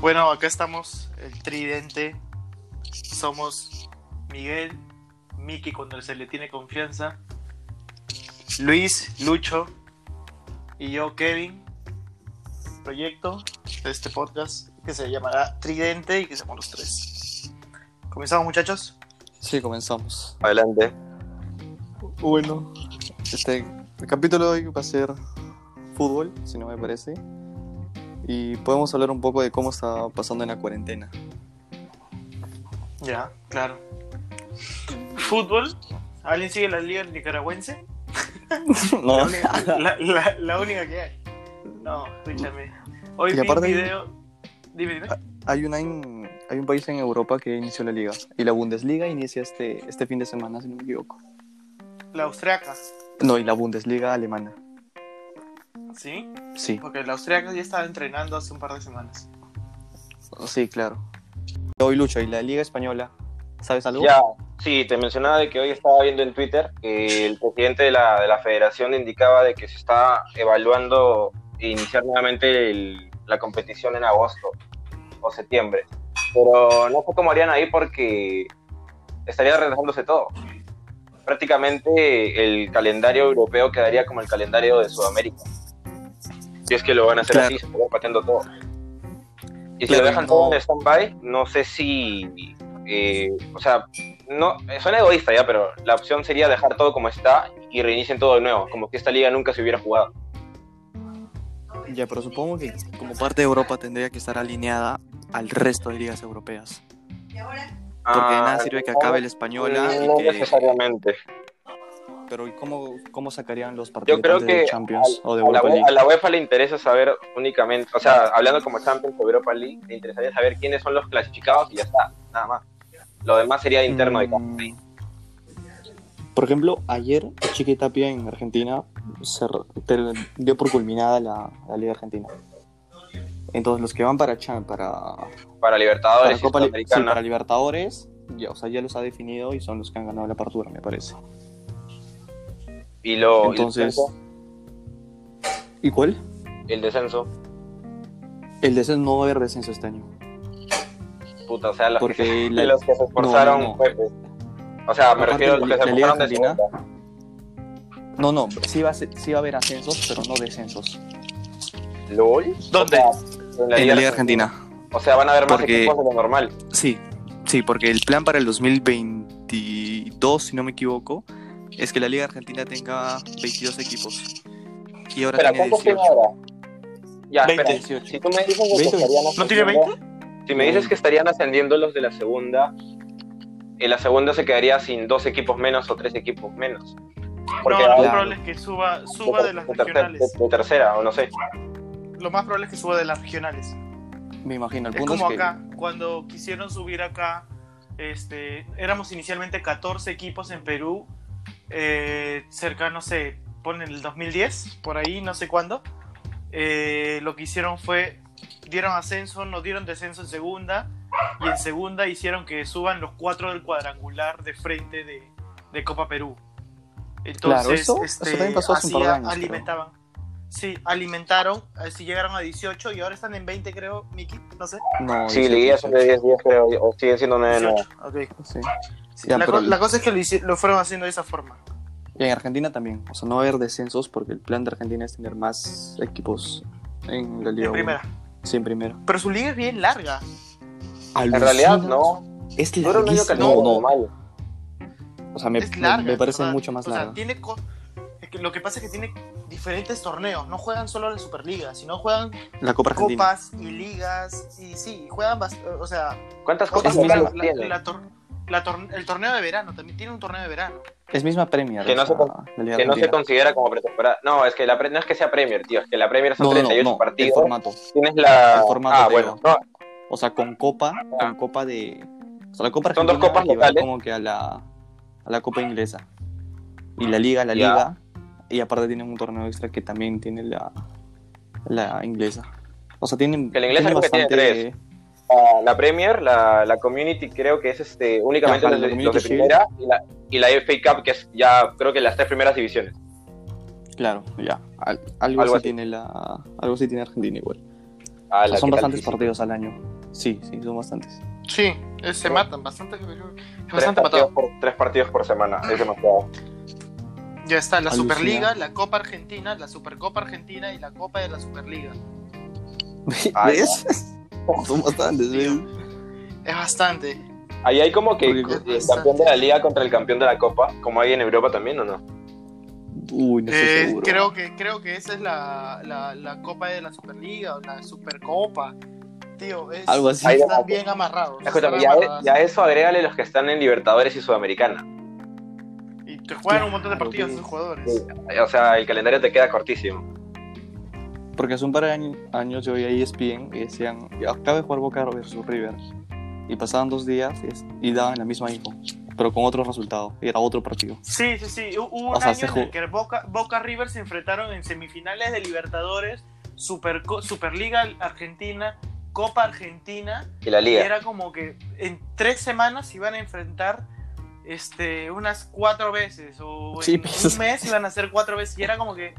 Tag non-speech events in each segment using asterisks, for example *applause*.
Bueno, acá estamos, el tridente. Somos Miguel, Miki cuando se le tiene confianza, Luis, Lucho y yo, Kevin. Proyecto de este podcast que se llamará Tridente y que somos los tres. ¿Comenzamos, muchachos? Sí, comenzamos. Adelante. Bueno, este, el capítulo de hoy va a ser fútbol, si no me parece. Y podemos hablar un poco de cómo está pasando en la cuarentena. *laughs* Ya, claro. ¿Fútbol? ¿Alguien sigue la liga nicaragüense? no, La, única- la- la- la única que hay. No, escúchame. Hoy Y vi un aparte- Ah. video. Dime, dime. hay, una en- hay un país en Europa que inició la liga. Y la Bundesliga inicia este, este fin de semana, si no me equivoco. La austriaca, No, y la Bundesliga alemana. ¿sí? Sí, Porque la austriaca ya estaba entrenando hace un par de semanas. sí, claro. Hoy Lucho, y la Liga Española. ¿Sabes algo? Ya, sí, te mencionaba de que hoy estaba viendo en Twitter que el presidente de la, de la federación indicaba de que se está evaluando iniciar nuevamente el- la competición en agosto o septiembre. Pero no sé cómo harían ahí porque estaría retrasándose todo. Prácticamente el calendario europeo quedaría como el calendario de Sudamérica. Si es que lo van a hacer Claro. así, se va pateando todo. Y si Claro, lo dejan no. todo en stand-by, no sé si. eh, o sea, no, eh, suena egoísta ya, pero la opción sería dejar todo como está y reinicien todo de nuevo, como que esta liga nunca se hubiera jugado. Ya, pero supongo que como parte de Europa tendría que estar alineada al resto de ligas europeas. Porque de nada sirve que acabe la española Ah, No y que... necesariamente. Pero ¿y cómo, cómo sacarían los Yo creo participantes de que Champions al- o de a, la, Europa we- League? a la UEFA le interesa saber únicamente, o sea, hablando como Champions o Europa League, le interesaría saber quiénes son los clasificados y ya está, nada más. Lo demás sería interno de cada Mm. país. Por ejemplo, ayer Chiqui Tapia en Argentina se re- ter- dio por culminada la, la Liga Argentina. Entonces los que van para Champ, para, para Mm. para Libertadores Copa y Li- sí, Sudamericana. para Libertadores, ya, o sea, ya los ha definido y son los que han ganado la apertura, me parece. Oh, y lo, Entonces, el, descenso, ¿y cuál? el descenso, El descenso no va a haber descenso este año. puta, o sea, los, que, Porque la, se- los que se esforzaron no, no. fue, pues. O sea, me Aparte, refiero a los que la se Liga esforzaron de Argentina- segunda. No, no, sí va, a ser- sí va a haber ascensos, pero no descensos. ¿LOL? ¿Dónde? O sea, en la, en Liga la Liga Argentina. Argentina. O sea, van a haber más Porque- equipos de lo normal. Sí, sí, porque el plan para el 2022, si no me equivoco, es que la Liga Argentina tenga 22 equipos. Y ahora Espera, tiene ¿cuántos tiene 18. ahora? Ya, 20. espera. Si tú me dices que 20. estarían ¿No tiene ascendiendo- Si me dices que estarían ascendiendo los de la segunda, en la segunda se quedaría sin dos equipos menos o tres equipos menos. Porque no, lo más ahora- claro. probable es que suba, suba de las tercer- regionales. de- de tercera, o no sé. Lo más probable es que suba de las regionales. Me imagino, el Es punto es, como que acá, cuando quisieron subir acá, este, éramos inicialmente 14 equipos en Perú, eh, cerca, no sé, ponen el 2010, por ahí, no sé cuándo. Eh, lo que hicieron fue, dieron ascenso, nos dieron descenso en segunda, y en segunda hicieron que suban los cuatro del cuadrangular de frente de, de Copa Perú. Entonces, Claro, eso- eso este, también pasó hace un así par de a- años, creo. alimentaban. Sí, alimentaron, así llegaron a 18 y ahora están en 20, creo, Miki, no sé. no, Sí, 18, liguillas son de 10 días, creo, o siguen siendo 9 9. 18, ok. sí. Sí, Ya, la, pero- co- la cosa es que lo, hici- lo fueron haciendo de esa forma. Y en Argentina también, o sea, no va a haber descensos porque el plan de Argentina es tener más equipos en la Liga en primera. uno. Sí, en primera. Pero su liga es bien larga. En realidad, no. Es Dura un año larguísima. calendario No, no. normal. O sea, me, es larga. me parece ¿verdad? mucho más O sea, larga. tiene co- es que lo que pasa es que tiene diferentes torneos. No juegan solo la Superliga, sino juegan La Copa Argentina. copas y ligas. Y sí, juegan. bast- O sea, ¿Cuántas ahora copas Es mismo- locales la- tiene? la tor- la tor- el torneo de verano también tiene un torneo de verano. Es misma Premier. Que no o se sea, con- la Liga que no se Argentina. considera como pretemporada. No, es que la pre- no es que sea Premier, tío, es que la Premier son No, no, no, 38 no, el partidos. formato. Tienes la. el formato, ah, te bueno. digo. No, O sea, con copa, con copa de. O sea, la copa Son dos argentina copas equivale locales. como que a la, a la copa inglesa. Y la liga, la Ya. liga. Y aparte tienen un torneo extra que también tiene la, la inglesa. O sea, tienen. Que la inglesa tienen creo que tiene bastante- la- la Premier, la, la Community, creo que es este únicamente Ajá, los, la de- los Community de primera y la, y la FA Cup, que es ya creo que las tres primeras divisiones. Claro, ya. Al- algo, Algo así así. tiene la. Algo así tiene Argentina igual. Ah, O sea, son la que tal bastantes difícil. partidos al año. Sí, sí, son *laughs* bastantes. Sí, eh, se matan bastante. Es Tres bastante matado. partidos, por, tres partidos por semana, es demasiado. Ya está la Alucina. Superliga, la Copa Argentina, la Supercopa Argentina y la Copa de la Superliga. Ah, ¿Ves? son bastantes, ¿ves? Es bastante. Ahí hay como que Porque- el campeón de la liga contra el campeón de la copa, como hay en Europa también, ¿o no? Uy, no estoy Eh, seguro. creo que creo que esa es la, la, la Copa de la Superliga o la Supercopa. Tío, es, Algo así. Ahí están va. bien amarrados. Escúchame, están y a, e, amarrados. y a eso agrégale los que están en Libertadores y Sudamericana. Y te juegan un montón de Claro, partidos ves. esos jugadores. O sea, el calendario te queda cortísimo. Porque hace un par de año- años yo veía E ESPN y decían, acaba de jugar Boca versus River. Y pasaban dos días es- y daban la misma info, pero con otro resultado. Y era otro partido. Sí, sí, sí. Hu- Hubo un O sea, año se en el jugó. que Boca, Boca River se enfrentaron en semifinales de Libertadores, Superco- Superliga Argentina, Copa Argentina. Y la Y liga. era como que en tres semanas se iban a enfrentar este, unas cuatro veces. O Sí, en pues. un mes iban a hacer cuatro veces. Y era como que.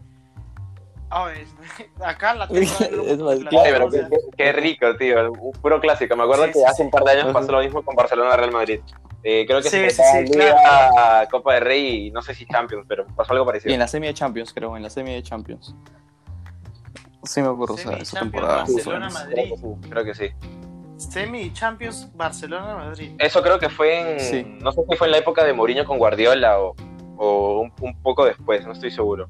A ver, *laughs* acá *laughs* la Es más, la- Ay, claro, pero o sea, qué, qué- qué rico, tío. Un Puro clásico. Me acuerdo Sí, que sí, hace un par de años Ajá. pasó lo mismo con Barcelona-Real Madrid. Eh, creo Sí, que se sí, enfrentaban sí, Liga, claro. a Copa de Rey y no sé si Champions, pero pasó algo Y parecido. en la semi de Champions, creo, en la semi de Champions. Sí me acuerdo o sea, Semi, esa Champions, temporada. más o Barcelona, menos. Madrid. Creo que sí, creo que sí. Semi Champions Barcelona-Madrid. Eso creo que fue en. Sí. No sé si fue en la época de Mourinho con Guardiola o, o un, un poco después, no estoy seguro.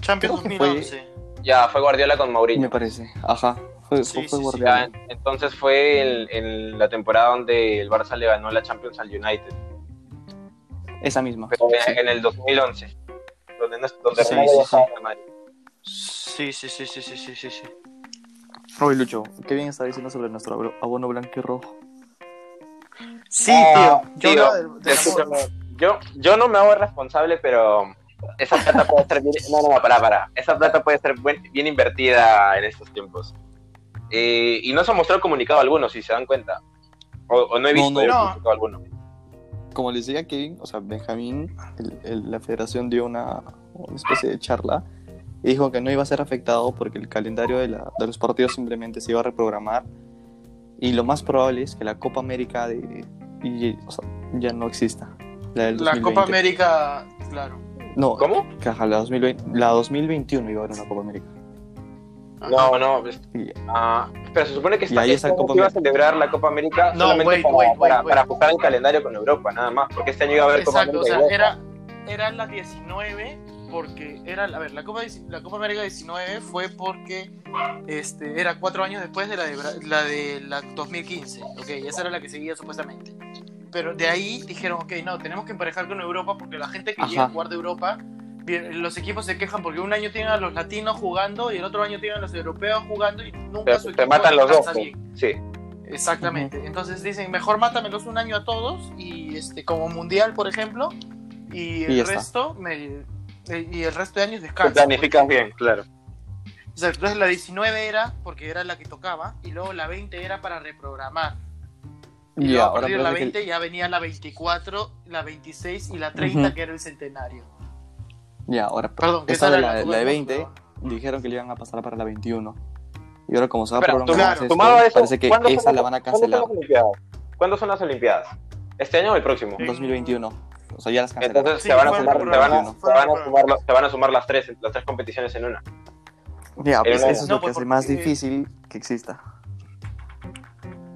Champions Creo que fue- 2011. Ya, fue Guardiola con Me Mourinho. parece, ajá. Fue, Sí, fue sí, sí, Guardiola. Ya, en- entonces fue en, en la temporada donde el Barça le ganó la Champions al United. Esa misma. Oh, Pero Sí. eh, en, en el 2011. Donde, no- donde Sí, Ronaldo sí, ya estaba sí. en el Madrid. Sí, sí, sí, sí, sí, sí, sí, sí. Oye, Lucho, qué bien está diciendo sobre nuestro abo- abono blanco y rojo. Sí, Ah, tío. Yo tío, hablaba del- del amor. Escúchame, yo, yo no me hago responsable, pero esa plata puede ser bien. No, no, no, pará, pará. Esa plata puede ser buen- bien invertida en estos tiempos. Eh, y no se ha mostrado comunicado alguno, si se dan cuenta. O, o no he No, visto no. yo No. comunicado alguno. Como les decía Kevin, o sea, Benjamín, el- el- la federación dio una, una especie de charla y dijo que no iba a ser afectado porque el calendario de, la- de los partidos simplemente se iba a reprogramar y lo más probable es que la Copa América de, y- o sea, ya no exista. La, del La Copa 2020. América, claro. No, ¿Cómo? que, ajá, la, 2020 la 2021 iba a haber una Copa América. No, no. es- Y- ah, pero se supone que Y ahí esa este año Copa se iba a América. celebrar la Copa América No, solamente wait, para, wait, wait, para- wait. para ajustar el calendario con Europa, nada más. Porque este año iba a haber Copa Exacto, América. o sea, y Europa. era, era la 19 porque era, a ver, la Copa, dieci- la Copa América 19 fue porque este, era cuatro años después de la de, Bra- la de la 2015, ok, esa era la que seguía supuestamente. Pero de ahí dijeron, ok, no, tenemos que emparejar con Europa porque la gente que llega a Ajá. jugar de Europa, bien, los equipos se quejan porque un año tienen a los latinos jugando y el otro año tienen a los europeos jugando y nunca Te- su te equipo matan los dos. alcanza bien. Sí. Exactamente. Entonces dicen, mejor mátamelos un año a todos y este como mundial, por ejemplo, y el Y ya está. resto me eh, y el resto de años Te descanso. planificas bien, claro. O sea, entonces la 19 era porque era la que tocaba y luego la 20 era para reprogramar. Y luego a ahora partir de la parece que el- 20 ya venía la 24, la 26 y la 30 Ujú. que era el centenario. Ya, ahora. Perdón, que esa esa de era la, la- la de la- 20, dijeron que le iban a pasar para la 21. Y ahora, como se va a Pero, programar claro, más Sumado a esto, eso, parece que ¿cuándo son esa las- la van a ¿cuándo son cancelar las Olimpiadas? ¿Cuándo son las Olimpiadas? ¿Este año o el próximo? Sí. en 2021. O sea, ya las cancelaron. Entonces Sí, se van a fueron sumar, se van a, programadas, se van a fueron sumar, lo- se van a sumar las tres, las tres competiciones en una. ya, pues eso no, es no, lo que pues, hace más porque- difícil que exista.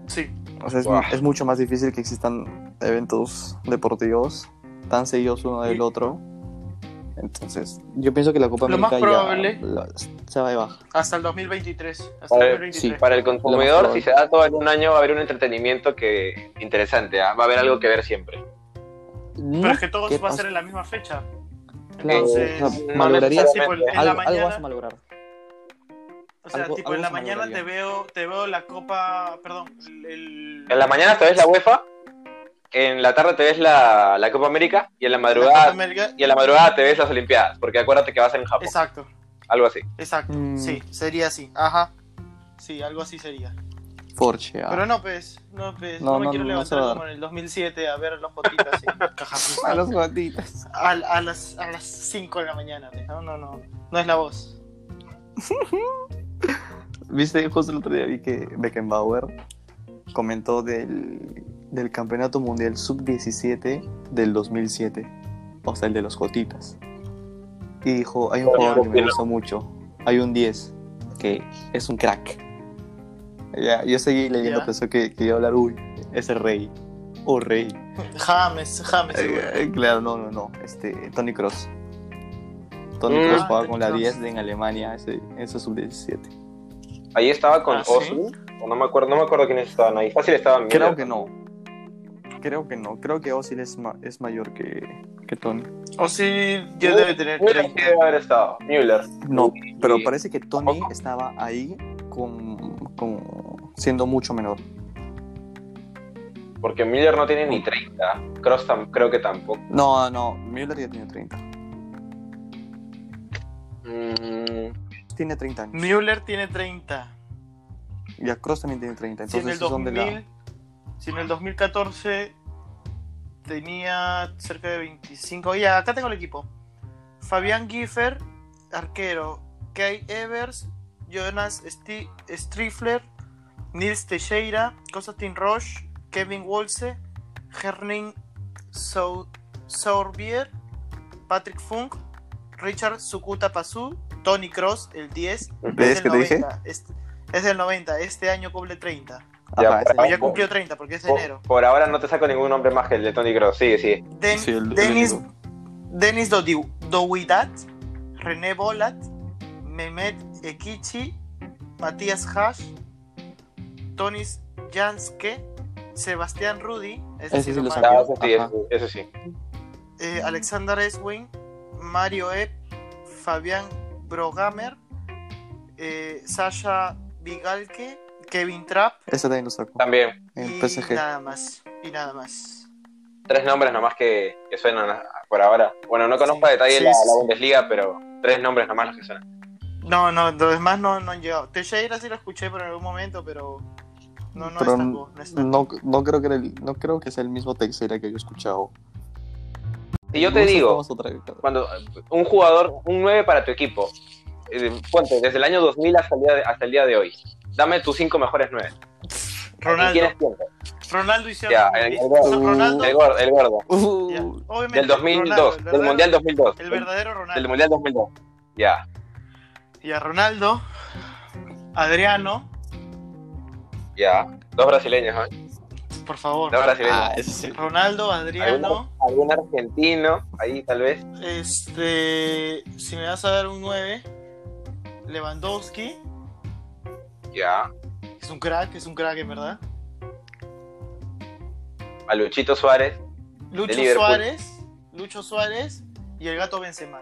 Sí. O sea, es, Buah. es mucho más difícil que existan eventos deportivos tan seguidos uno del Y- otro. Entonces, yo pienso que la Copa Lo más América probable- ya la- se va de baja. Hasta el 2023, hasta Para el el- 2023. Para el Lo más consumidor, probable. si se da todo en un año, va a haber un entretenimiento que interesante, ¿ah? va a haber algo que ver siempre. No, Pero es que todo ¿qué va a ser pasa? en la misma fecha. Claro, Entonces, o sea, no malograrías- sí, pues, en la algo, algo vas mañana a malograr. O sea, Algo- tipo, algo en la se mañana te malograría. veo, te veo la copa, perdón, el... En la mañana te ves la UEFA, en la tarde te ves la, la Copa América y en la la Copa madrugada América. y en la madrugada te ves las Olimpiadas, porque acuérdate que vas en Japón, Exacto, algo así. exacto, Mm. sí, sería así, ajá, sí, algo así sería. Forche, ah. Pero no, pues, no, pues, no, No, me no, quiero no se levantar va a dar. como en el 2007 a ver los *laughs* botitas en Cajamarca. A los gatitos. a, a las, a las 5 de la mañana, pues, no, no, no, no es la voz. Viste, justo el otro día vi que Beckenbauer comentó del, del Campeonato Mundial Sub-17 del 2007, o sea, el de los Jotitas. Y dijo, hay un jugador que me gusta mucho, hay un 10, que es un crack. Ya, yo seguí leyendo, Ya. pensó que, que iba a hablar, uy, ese rey, oh rey. James, James. Eh, eh, claro, no, no, no, este, Tony Cross. Tony Mm. Cross Ah, jugaba Toni con la Kroos. 10 de- en Alemania, ese, ese Sub-17. Ahí estaba con Ah, ¿sí? Ozil, o no me acuerdo, no me acuerdo quiénes estaban ahí. Fácil estaban Creo que no. Creo que no. Creo que Ozil es, ma- es mayor que, que Tony. O sí, yo debe tener 30. debe haber estado. Müller. No, pero Sí. parece que Tony estaba ahí con, con- siendo mucho menor. Porque Müller no tiene ni 30. Cross tam- creo que tampoco. No, no, Müller ya tiene 30. Mm, Tiene 30 años. Müller tiene 30. Y a Kroos también tiene 30. Si en, Entonces el son de 2000, la... si en el 2014 tenía cerca de 25. Ya, acá tengo el equipo. Fabián Giffer, arquero. Kai Evers, Jonas Sti- Strifler, Nils Teixeira, Konstantin Roche, Kevin Wolse, Herning Sou- Sourbier, Patrick Funk, Richard Sukuta Pasu, Tony Cross, el 10. ¿Ves es que del te dije? 90, Es, es del 90, este año cumple 30. Ah, Ya, va, pero- O ese- ya cumplió 30 porque es de enero. por, por ahora no te saco ningún nombre más que el de Tony Cross. Sigue, sigue. Den- Sí, el- el Denis, único. Denis Dodi- Dowidat, René Bolat, Mehmet Ekichi, Matías Hash, Tonis Janske, Sebastián Rudy, es Ese sí lo Mario, Ya, sabía. eso sí, Ajá. eso, eso sí. eh, Alexander Eswin, Mario Epp, Fabián Brogamer, eh, Sasha Vigalke, Kevin Trapp ese también lo sacó. También. En y PSG. nada más. Y nada más. Tres nombres nomás que, que suenan a- por ahora. Bueno, no conozco a detalle Sí, la, sí, la sí. Bundesliga, pero tres nombres nomás los que suenan. No, no, los demás no, no han llegado. Teixeira sí lo escuché por algún momento, pero no, no Pero destacó, no destacó. No, no, creo que era el- no creo que sea el mismo Teixeira que yo he escuchado. Y yo te Nosotros digo, vamos a traer- cuando un jugador, un 9 para tu equipo, eh, ponte, desde el año 2000 hasta el día de, hasta el día de hoy, dame tus cinco mejores 9. Ronaldo, ¿Tienes tiempo? Ronaldo hicieron. Ya, el, el gordo, Son Ronaldo, el gordo, el gordo. Uh, ya, obviamente, Del 2002, Ronaldo, el del verdadero- Mundial 2002. El verdadero Ronaldo. Del Mundial 2002. Ya. Y a Ronaldo, Adriano, Ya, dos brasileños, ¿eh? por favor. Dos brasileños. ah, ese sí. Ronaldo, algún, Adriano, algún argentino, ahí tal vez. este, si me vas a dar un 9, Lewandowski, Ya. es un crack, es un crack en verdad. A Luchito Suárez. Lucho Liverpool. Suárez, Lucho Suárez y el gato Benzema.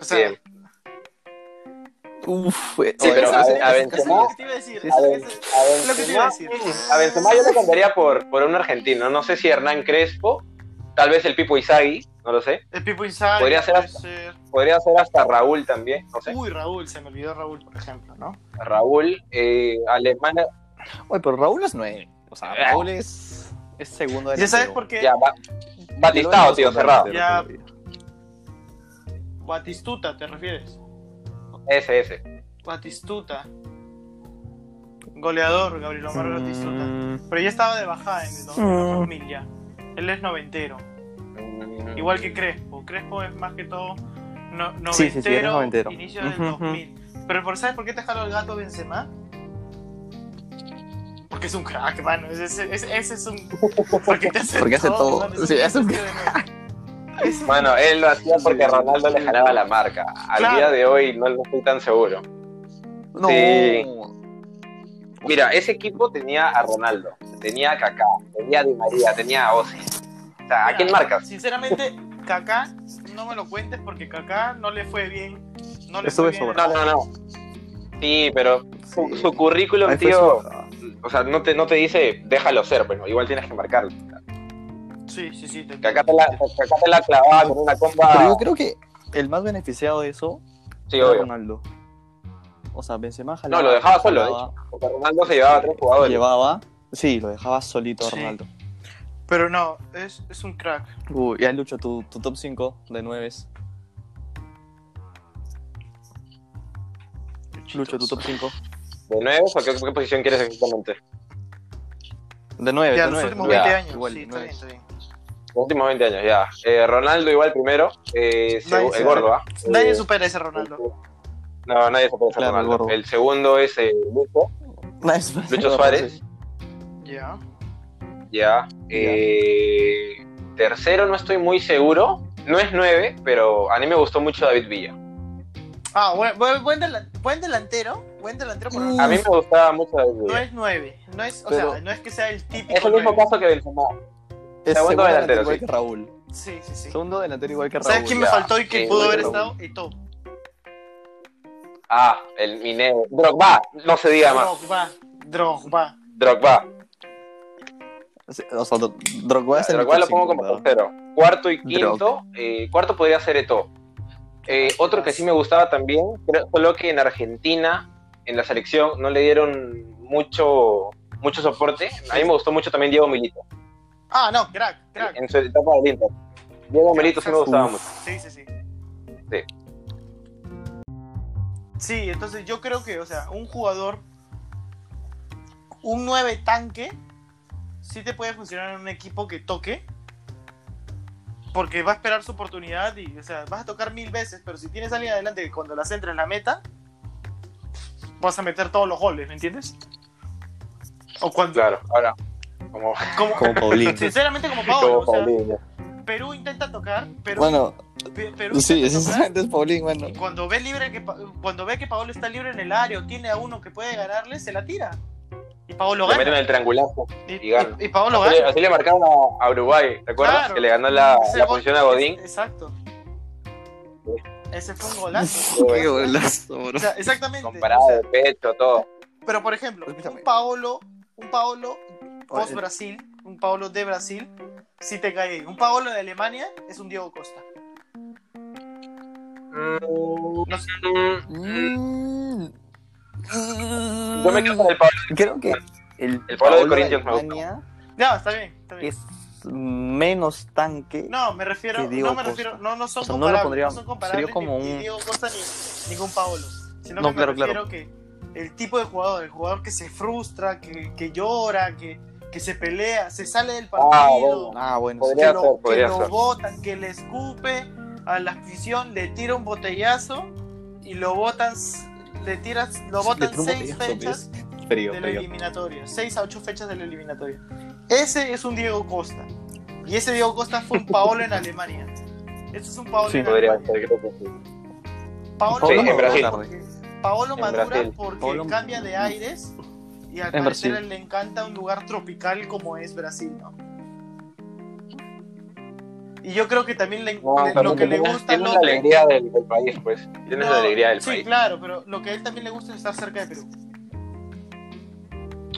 O sea, Bien. Uf, Sí, oye, pero ese- a- ese- a Eso ese- es lo Benzema- que te iba a decir. A, eso Ben- es- a lo que te iba a Benzema, decir. a Benzema yo lo cambiaría por, por un argentino. No sé si Hernán Crespo, tal vez el Pipo Izagui, no lo sé. El Pipo Inside. Podría ser hasta- Podría ser hasta Raúl también, no sé. Uy, Raúl, se me olvidó Raúl, por ejemplo, ¿no? Raúl, eh, alemán. Oye, pero Raúl es nueve. O sea, Raúl es, es segundo Ya sabes por qué Ya, Ba- Batistao, tío, cerrado. Ya. Batistuta te refieres. Ese, ese. Batistuta. Goleador, Gabriel Omar Mm. Batistuta. Pero ya estaba de bajada en el 2000 ya. Él es noventero. Mm. Igual que Crespo. Crespo es más que todo no- noventero, Sí, sí, sí, eres noventero. inicio del Ujú, ujú. 2000. Pero por, ¿sabes por qué te jaló el gato Benzema? Porque es un crack, mano. Ese, ese- ese es un... Porque, te hace Porque hace todo. mano. Sí, es un bestia de nueve. Es un- Bueno, él lo hacía porque Sí. Ronaldo le jalaba la marca. Al Claro. día de hoy no lo estoy tan seguro. No. Sí. Mira, ese equipo tenía a Ronaldo, tenía a Kaká, tenía a Di María, tenía a Ozzy. O sea, ¿a Mira, quién marcas? Sinceramente, Kaká, no me lo cuentes porque Kaká no le fue bien. No le Estuve fue bien. sobrado. No, no, no. Sí, pero su, Sí. su currículum, Ahí fue tío, su- o sea, no te, no te dice déjalo ser, bueno, igual tienes que marcarlo. Sí, sí, sí. te Kaká te la, Kaká te la clavaba con una Pero yo comba. creo que el más beneficiado de eso Sí, era obvio. Ronaldo. O sea, Benzema No, lo dejaba solo, de hecho. Porque Ronaldo se llevaba a tres Lo jugadores. llevaba. Sí, lo dejaba solito a Sí. Ronaldo. Pero no, es, es un crack. Uy, ya Lucho, tu, tu top 5 de nueves. Lucho, tu top 5. ¿De nuevo o qué, qué posición quieres exactamente? De 9, Ya, de los 9. últimos ya, 20 años. igual, sí, de está bien, nueve. está bien. Los últimos 20 años, ya. Eh, Ronaldo igual primero, eh, segu- Nadie se- el gordo, ¿ah? Nadie Eh, supera ese Ronaldo. No, nadie se puede Claro, el Ronaldo. gordo. El segundo es eh, Lucho, Nice. Lucho Suárez, Ya. ya. Eh, tercero no estoy muy seguro, no es 9, pero a mí me gustó mucho David Villa. Ah, buen, buen, buen delan- buen delantero. Buen delantero, por A mí me gustaba mucho David No Villa. es 9. No es, o Pero- sea, no es que sea el típico. Es el mismo nueve. caso que Benzema. Es Segundo segundo delantero delantero, igual sí. que Raúl. Sí, sí, sí. Segundo delantero igual que Raúl. ¿Sabes quién me ya. faltó y que Sí, pudo haber Raúl. estado? Eto. Ah, el Mineo. Drogba, no se diga más. Drogba. Drogba. Drogba. Sí, O sea, Dro- Drogba es el Drogba lo top pongo cinco, como ¿verdad? tercero. Cuarto y Drog. quinto. eh, cuarto podría ser Eto. otro que sí me gustaba también, creo, solo que en Argentina, en la selección, no le dieron mucho mucho soporte. A mí me gustó mucho también Diego Milito. Ah, no, crack, crack. En su etapa del Inter. Diego Milito sí me gustaba Uf. mucho. Sí, sí, sí. Sí. Sí, entonces yo creo que, o sea, un jugador, un 9 tanque, sí te puede funcionar en un equipo que toque. Porque va a esperar su oportunidad y, o sea, vas a tocar mil veces, pero si tienes a alguien adelante que cuando la centra en la meta, vas a meter todos los goles, ¿me entiendes? O cuando. Claro, ahora. Como, como- Como Paulín. sinceramente, como *laughs* Paolo, como o sea, Paulinho. Perú intenta tocar, pero *laughs* Bueno, Pe- Perú sí, *laughs* intenta tocar, sinceramente es Paulín, bueno. y cuando ve libre que Pa- cuando ve que Paolo está libre en el área o tiene a uno que puede ganarle, se la tira. Y Paolo Le meten gana. el triangulazo. Y, y gana. y- y Paolo Así, le- gana. así le marcaron a, a Uruguay, ¿te acuerdas? Claro. Que le ganó la, Ese la gol- posición a Godín. es- Exacto. Ese fue un golazo. *laughs* Qué golazo, bro. O sea, exactamente. Comparado O sea, de pecho, todo. pero por ejemplo, un Escúchame. Paolo, un Paolo post Oye. Brasil, un Paolo de Brasil, si te cae. bien. Un Paolo de Alemania es un Diego Costa. No sé. Mm, Mm. Yo me quedo con el Pablo. Creo que el, El Paolo de Corinthians me Alemania No, está bien, está bien. es menos tanque. No, me refiero, que Diego no me Costa. refiero, no, no son O sea, no comparables, lo no, pondría- son comparables sería como ni, ni un- Diego Costa ni ningún Paolo, sino No, que claro, me refiero que el tipo de jugador, el jugador que se frustra, que, que llora, que, que se pelea, se sale del partido, bueno, Ah, bueno. sí. que, Podría lo, ser, que podría lo ser. botan, que le escupe a la afición, le tira un botellazo y lo botan, s- le tiras, lo Sí, le botan tiró un seis botellazo, fechas Frío, de la frío. eliminatoria. 6 a 8 fechas de la eliminatoria. Ese es un Diego Costa. Y ese Diego Costa fue un Paolo en Alemania. Ese es un Paolo Sí, en Podría Alemania. ser, creo que Mm. sí. Paolo Sí, en madura Brasil. porque- Paolo En madura Brasil. porque Paolo- cambia de aires y al En parecer Brasil. le encanta un lugar tropical como es Brasil, ¿no? Y yo creo que también le- No, le- pero lo que le tienes- gusta al Tienes la otro- alegría del, del país, pues. Tienes No, la alegría del Sí, país. claro, pero lo que a él también le gusta es estar cerca de Perú.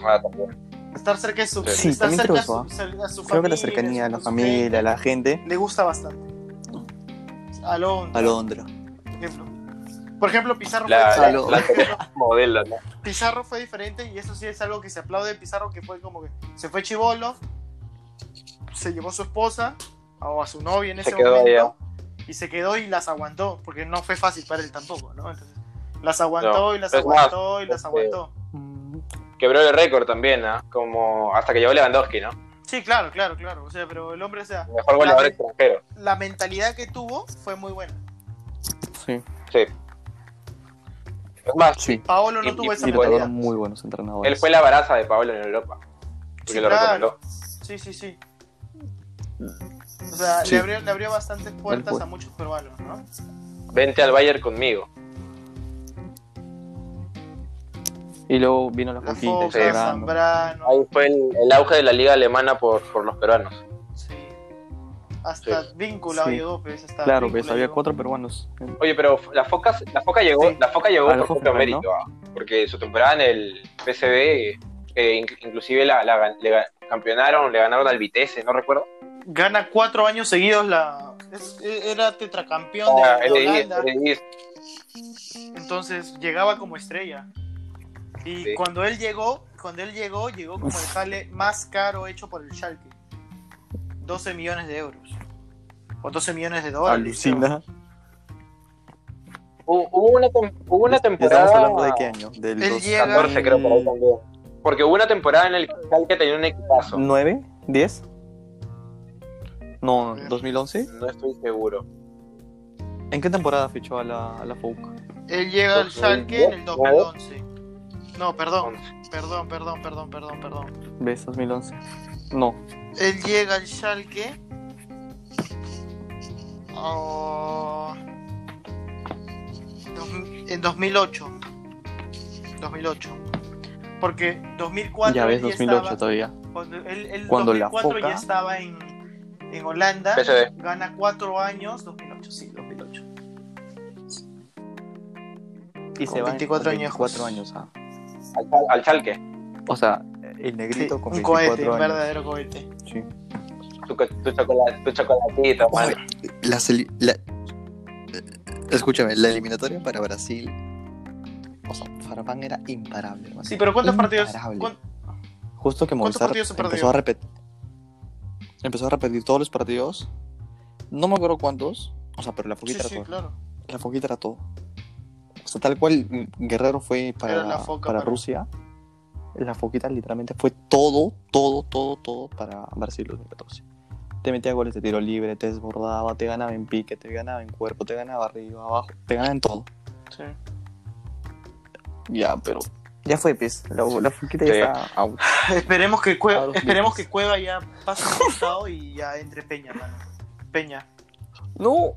Ah, también. Estar cerca de su, Sí, estar también cerca creo a su, a su Creo que familia, la cercanía a la su gente. familia, a la gente. le gusta bastante. Alonso, A Londres. por ejemplo. Por ejemplo, Pizarro, La, fue la, Salud. diferente. la selección modelo, ¿no? Pizarro fue diferente y eso sí es algo que se aplaude de Pizarro, que fue como que se fue chivolo, se llevó a su esposa o a su novia en Se ese quedó momento y se quedó y las aguantó, porque no fue fácil para él tampoco, ¿no? Entonces, las aguantó No, y las es más, aguantó y las este- aguantó. Quebró el récord también, ¿ah? Como hasta que llegó Lewandowski, ¿no? Sí, claro, claro, claro. O sea, pero el hombre, o sea, El Mejor goleador extranjero. la mentalidad que tuvo fue muy buena. Sí, Sí. Es más, sí. Paolo no Y- tuvo y- esa y mm. Y fueron mentalidad. muy buenos él entrenadores. fue la baraza de Pablo en Europa. Porque Sí, lo claro. recomendó. Sí, sí, sí. O sea, Sí. le, abrió, le abrió bastantes puertas cual. a muchos peruanos, ¿no? Vente al Bayern conmigo. Y luego vino la La Joquita, Fox, sí. Zambrano. Zambrano, Ahí fue el, el auge de la liga alemana por, por los peruanos. sí. Hasta Víncula Sí. llegó, pues, hasta Claro, Víncula pues había llegó. cuatro peruanos. Oye, pero la foca, la foca llegó, Sí. la foca llegó A la por Foca, propio ¿no? mérito, ah, porque su temporada en el PCB, eh, inc- inclusive la, la gan- le ga- campeonaron, le ganaron al Vitesse, no recuerdo. Gana cuatro años seguidos la... es- e, era tetracampeón Ah, de, de LDI, Holanda, LDI. entonces llegaba como estrella. Y Sí. cuando él llegó, cuando él llegó, llegó como el jale más caro hecho por el Schalke. 12 millones de euros. O 12 millones de dólares. creo. Alucina. Hu- Hubo una, tem- hubo una temporada. Pues, Estamos hablando de qué año? Del Él dos- llega- 14 creo Mm. por ahí también. Porque hubo una temporada en el que Schalke tenía un equipazo. Mm. No, ¿Nueve? ¿Diez? No, 2011. estoy seguro. ¿En qué temporada fichó a la, a la FUC? Él llega al Schalke en el 2011. No, perdón, perdón, perdón, perdón, perdón, perdón. ¿Ves? 2011. No. Él llega al Schalke. ah, Oh. Dos- En 2008. 2008. Porque 2004 Ya ves, él 2008 estaba- todavía. cuando él, él Cuando la 2004 foca- ya estaba en, en Holanda, PSV. gana cuatro años, 2008, sí, 2008. Y Con 24 años. años. 24 años, ah. Al, Schal- al Schalke. O sea, el negrito Sí, con un 24 cohete, un años. verdadero cohete. Sí. Tu, co- tu chocolate- tu chocolatito, man. La, seli- la- eh, Escúchame, la eliminatoria para Brasil. O sea, Farfán era imparable. hermano. Sí, pero ¿cuántos partidos? Imparable. cuán- Justo que ¿Cuántos Movistar partidos se perdió? empezó a repetir. Empezó a repetir todos los partidos. No me acuerdo cuántos. O sea, pero la Sí, foquita sí, trató. claro. La foquita trató. O sea, tal cual mm, Guerrero fue para, Era la foca para para- Rusia. La foquita literalmente fue todo, todo, todo, todo para Brasil 2014. Te metía goles de tiro libre, te desbordaba, te ganaba en pique, te ganaba en cuerpo, te ganaba arriba, abajo, te ganaba en todo. Sí. Ya, pero. Ya fue, pues. La, la foquita Sí. ya está out. Esperemos que, Cue- A dos esperemos meses. que Cueva ya pase al costado y ya entre Peña, mano. Peña. No.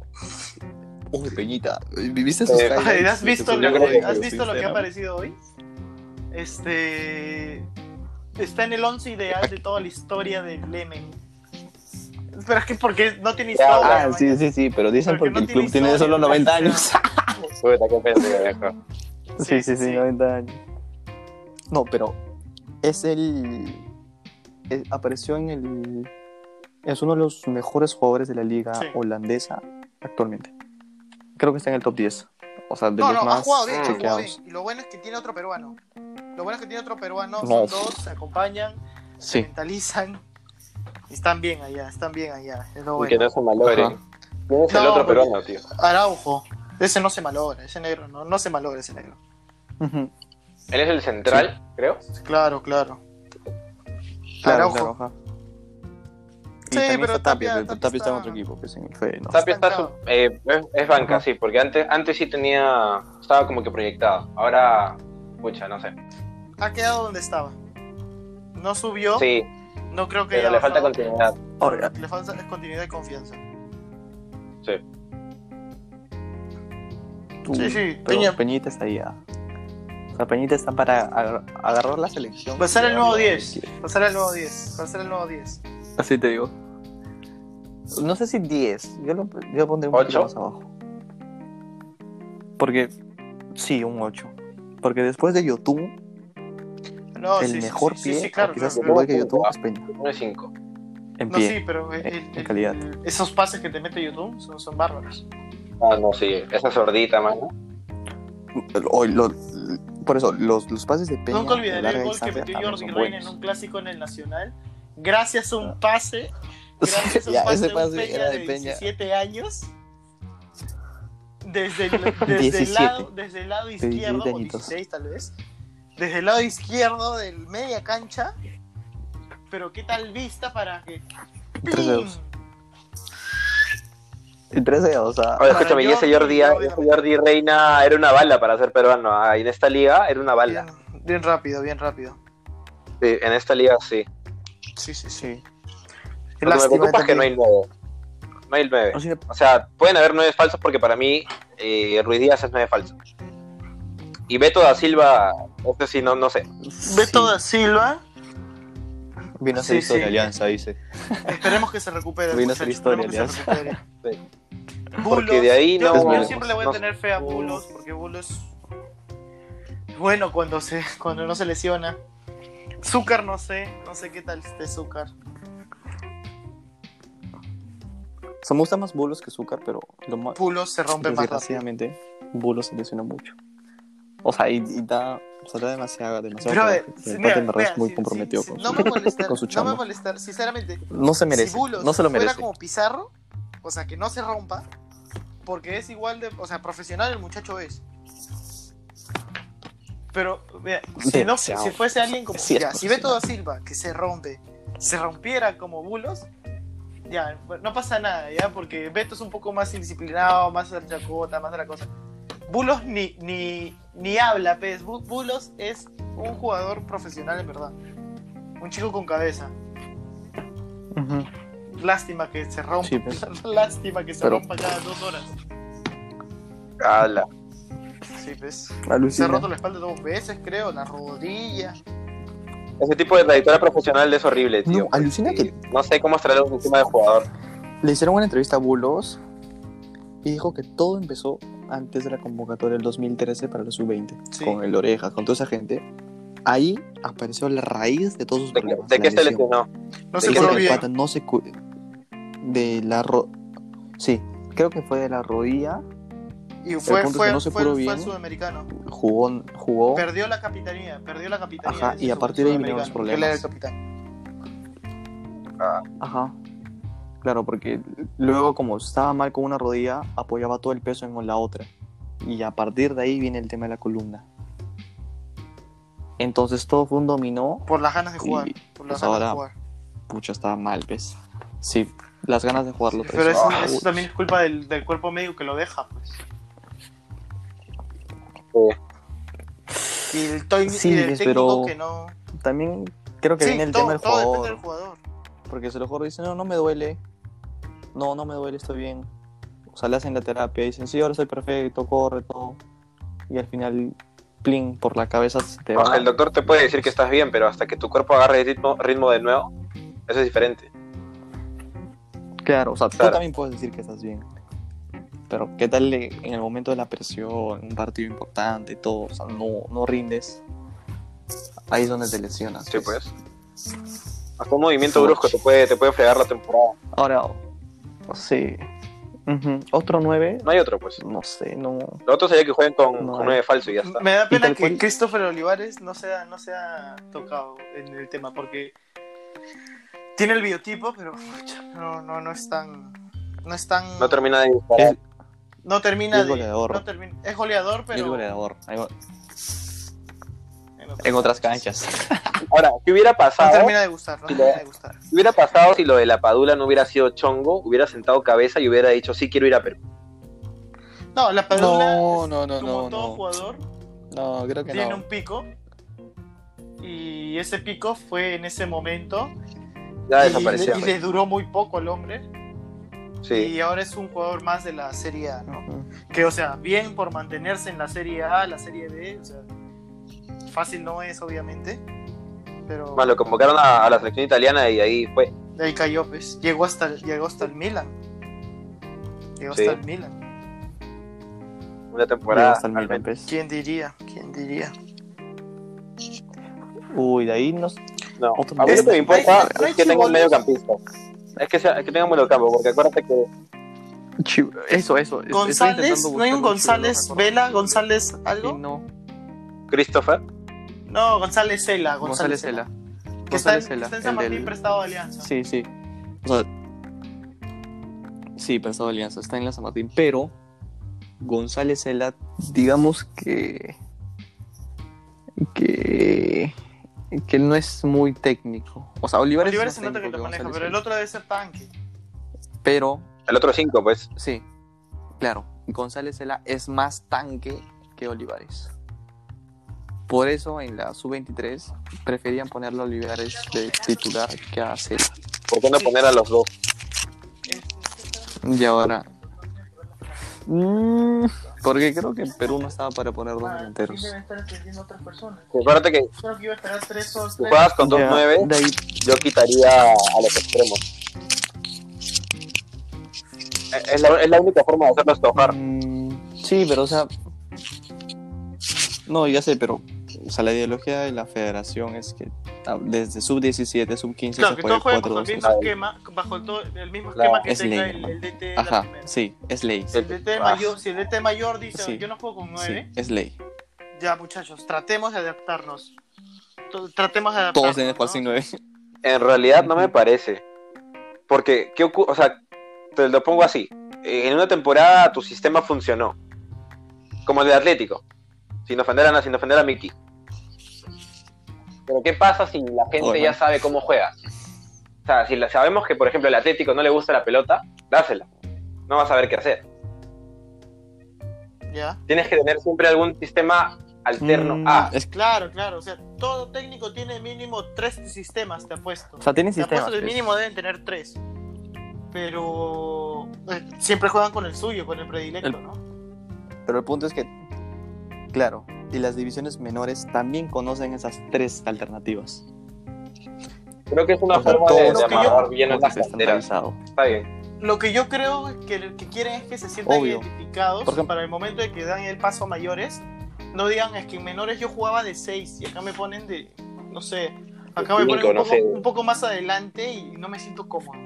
Uy, Peñita, ¿viste Eh, highlights? ¿Has visto, Yo lo, creo que ¿has lo visto lo que subiste, ha ¿no? aparecido hoy? Este. Está en el 11 ideal de toda la historia del Lemen. Pero es que porque no tiene Ya, historia. Ah, man. sí, sí, sí, pero dicen Porque porque, no el tiene club tiene historia, solo ¿no? 90 años. *laughs* *laughs* Puta, qué pena, viejo. sí, sí, sí. sí, 90 años. No, pero es el. es- apareció en el. Es uno de los mejores jugadores de la liga Sí. holandesa actualmente. Creo que está en el top 10. O sea, de No, los no, ha más jugado bien, ha jugado chequeados. bien. Y lo bueno es que tiene otro peruano. Lo bueno es que tiene otro peruano, son No. dos, se acompañan, se Sí. mentalizan. y Están bien allá, están bien allá. Es lo Que bueno. no se malogren. Ajá. ¿Quién es el No, otro porque- peruano, tío? Araujo. Ese no se malogra, ese negro no, no se malogra ese negro. Ujú. Él es el central, creo. Claro, claro. Claro, Araujo. claro, ajá. Y Sí, también pero está Tapia, Tapia- pero Tapia Tapia está en está- otro equipo, que es en el Feyenoord. Tapia está estancado. su- eh, es, es banca, Ajá. sí, porque antes, antes sí tenía. Estaba como que proyectado. Ahora, pucha, no sé. Ha quedado donde estaba. No subió, Sí, no creo que pero haya le falta bajado. continuidad. Ahora, Le falta continuidad y confianza. tú- Sí, sí, pero Peña. Peñita está ahí. ah. O sea, Peñita está para agar- agarrar la selección. Va a ser el nuevo Sí. 10. Va a ser el nuevo 10. Va a ser el nuevo 10. Así te digo. No sé si 10. Yo lo, yo lo pondré un ¿Ocho? poquito más abajo. Porque. Sí, un 8. Porque después de YouTube, No, el sí, sí, mejor sí, pie, sí, sí, claro, o quizás claro, igual claro. que YouTube, es Peña. Uno de cinco. En No, pie. sí, pero el- en- el- en calidad. el- esos pases que te mete YouTube son, son bárbaros. Ah, no, sí. Esa sordita, mano. O lo- por eso, los, los pases de Peña. Nunca de olvidaré larga el gol que distancia metió también Jordi son Reina en buenos. Ah. un clásico en el Nacional. Gracias a un *laughs* pase, gracias a un Ya, pase, ese de un pase Peña era de de Peña. 17 años. Desde *laughs* el, desde el 17. lado, desde el lado izquierdo, o 17 añitos. 16 tal vez. Desde el lado izquierdo del media cancha. Pero qué tal vista para que. Tres dedos. El 13, o sea. Oye, Para escúchame, y ese Jordi, Jordi, Jordi. ese Jordi Reina era una bala para ser peruano. Ah, en esta liga era una Bien, bala. bien rápido, bien rápido. Sí, en esta liga sí. Sí, sí, sí. Lo que me preocupa es que no hay nueve. No hay nueve. o sea, O sea, pueden haber nueve falsos porque para mí eh, Ruiz Díaz es nueve falso. Y Beto da Silva, este sí, no, no sé. Beto sí, da Silva, Vino a ser Sí, historia sí. Alianza, dice. esperemos que se recupere. Vino a ser muchachos, historia, esperemos que se recupere. Porque de ahí yo, no. yo siempre le voy a no- tener fe a Bulos, porque Bulos es bueno cuando, se, cuando no se lesiona. Zúcar no sé, no sé qué tal este Zúcar. O sea, me gusta más bolos que azúcar, pero lo más. Bulos se rompe más rápido. Desgraciadamente, Bulo se lesiona mucho. O sea, y, y da, o sea, da demasiado, demasiado. Pero a ver, trabajo. si- El mira, Pato en verdad mira, es muy si- comprometido si- *laughs* con, si- no su, me molestar, con su No chamba. me molestar, sinceramente, No, se merece, si Bulos no se lo merece. fuera como Pizarro, o sea, que no se rompa, porque es igual de, o sea, profesional el muchacho es. Pero mira, si no si Demasiado. fuese alguien como Sí es ya, si Beto profesional. da Silva que se rompe, se rompiera como bulos, ya no pasa nada, ya porque Beto es un poco más indisciplinado, más a la chacota, más a la cosa. Bulos ni ni ni habla, pez. Bu- Bulos es un jugador profesional en verdad. Un chico con cabeza. Ujú. Lástima que se rompa. Sí, pues. *laughs* Lástima que se Pero- rompa cada dos horas. Ala. Sí, pues. Se ha Alucina. roto la espalda dos veces, creo, la rodilla. Ese tipo de trayectoria profesional es horrible, tío. No, alucina que No sé cómo extraer un sistema de jugador. le hicieron una entrevista a Bulos y dijo que todo empezó antes de la convocatoria del 2013 para la sub-20, Sí. con el Orejas, con toda esa gente. Ahí apareció la raíz de todos sus ¿De, qué- problemas. de la qué se lesión. lesionó? No Sí, se Que curó el bien. pata no se cu- de la ro- sí creo que fue de la rodilla Y fue, punto es que fue, no se fue- curó fue bien. el sudamericano. jugó jugó Perdió la capitanía, perdió la capitanía. Ajá, de ese y a sub- partir de ahí vinieron los sudamericano, que él era el problemas. capitán. ajá claro porque luego como estaba mal con una rodilla apoyaba todo el peso en la otra y a partir de ahí viene el tema de la columna entonces todo fue un dominó Por las ganas de jugar. Y, por las ganas pues, de ahora jugar. pucha estaba mal pues sí las ganas de jugarlo pues. Pero eso, Ah, eso también es culpa del, del cuerpo médico que lo deja, pues. Y el, toy- Sí, y el pues, técnico pero- que no. también creo que sí, viene el todo, tema del todo jugador depende del jugador. Porque se lo juro, dicen, no, no me duele. No, no me duele, estoy bien. O sea, le hacen la terapia y dicen, sí, ahora soy perfecto, corre, todo. Y al final, pling, por la cabeza se te O sea, va. El doctor te puede decir que estás bien, pero hasta que tu cuerpo agarre ritmo, ritmo de nuevo, eso es diferente. Claro, o sea, Claro. tú también puedes decir que estás bien. Pero, ¿qué tal le- en el momento de la presión, un partido importante y todo? O sea, no, no rindes. Ahí es donde te lesionas. Sí, pues. pues. Hasta un movimiento brusco te puede, te puede fregar la temporada. Ahora, sí. Ujú. Otro 9, No hay otro, pues. no sé, no. Lo otro sería que jueguen con, No con hay. nueve falso y ya está. Me da pena tal que cual- Christopher Olivares no sea, no sea tocado en el tema porque tiene el biotipo, pero pucha, no, no, no es tan. No es tan. No termina de disparar. Es- no termina es de. goleador. no termina- es goleador, pero. Es goleador. Ahí va- en otras- En otras canchas. Ahora, ¿qué hubiera No pasado? termina de gustar, no Sí, termina le- de gustar. ¿Qué hubiera pasado si lo de la Padula no hubiera sido chongo? Hubiera sentado cabeza y hubiera dicho, sí, quiero ir a Perú. No, la Padula, No, no, no, como no, todo no. jugador, No, creo que tiene no. un pico. Y ese pico fue en ese momento. Ya y, le, desapareció. y le duró muy poco al hombre. Sí. Y ahora es un jugador más de la Serie A, ¿no? Mm, Que, o sea, bien por mantenerse en la Serie A, la Serie B, o sea, fácil no es, obviamente. Pero Más lo convocaron a, a la selección italiana y ahí fue. de ahí cayó, pues. Llegó hasta, llegó hasta el Milan. Llegó Sí. hasta el Milan. Una temporada. Hasta el Milan, realmente. pues. ¿Quién diría? ¿Quién diría? Uy, de ahí nos. No. Otro A mí lo Milan. que me importa Hay- hay- hay es que tenga chibolos. un mediocampista. Es que, sea, es que tenga un mediocampo, porque acuérdate que Eso, eso. González, ¿no hay un González Vela? ¿González algo? no, Christopher No, González Cela. González González Vela. Cela. Que está en, González que Vela. está en San el del- Martín prestado a Alianza. Sí, sí. O sea, sí, prestado de Alianza, está en la San Martín, pero González Cela, digamos que. que. que no es muy técnico. O sea, Olivares, Olivares es se más nota que técnico lo maneja, González pero el Cela. otro debe ser tanque. Pero El otro cinco, pues. Sí, claro. González Cela es más tanque que Olivares. Por eso en la sub-23 preferían ponerlo a Olivares de titular que a Cela. ¿Por qué no poner a los dos? Y ahora. Mm, porque creo que Perú no estaba para poner dos delanteros. Ah, estar atendiendo otras personas. Acuérdate que Creo que iba a esperar tres o si juegas con dos Ya, nueve, de ahí, yo quitaría a los extremos. E, Es- Es la, es la única forma de hacerlos tocar. mm, sí, pero o sea. No, ya sé, pero. O sea, la ideología de la federación es que ah, desde sub-17, sub-15 Claro, se que juega todos juegan bajo el 4-2-3. mismo esquema, bajo todo- el mismo Claro, esquema que es tenga ley, el, ¿no? el DT de la Ajá, primera. sí, es ley. Si el DT mayor, si el DT mayor dice, Sí. yo no juego con Sí, nueve, es ley. ya muchachos, tratemos de adaptarnos. To- Tratemos de adaptarnos. Todos tienen el ¿no? sin 9. En realidad no me parece. Porque, ¿qué ocu- O sea, te lo pongo así. eh, en una temporada tu sistema funcionó. Como el de Atlético. Sin ofender a na- sin ofender a Mickey. Pero ¿qué pasa si la gente Bueno. ya sabe cómo juega? O sea, si la- sabemos que, por ejemplo, el Atlético no le gusta la pelota, dásela. No va a saber qué hacer. ¿Ya? Tienes que tener siempre algún sistema alterno. Mm, Ah, es- Claro, claro. O sea, todo técnico tiene mínimo tres sistemas, te apuesto. o sea, tiene Te sistemas. apuesto que pues. mínimo deben tener tres. Pero eh, siempre juegan con el suyo, con el predilecto, El- ¿no? Pero el punto es que, claro, y las divisiones menores también conocen esas tres alternativas. creo que es una O sea, forma todo de, está- de amarrar bien a todo las está canteras. estandarizado. Está bien. Lo que yo creo es que lo que quieren es que se sientan Obvio. identificados Por ejemplo- para el momento de que dan el paso a mayores. No digan, es que en menores yo jugaba de 6 y acá me ponen de, no sé, acá me Cinco, ponen un no poco, sé. un poco más adelante y no me siento cómodo.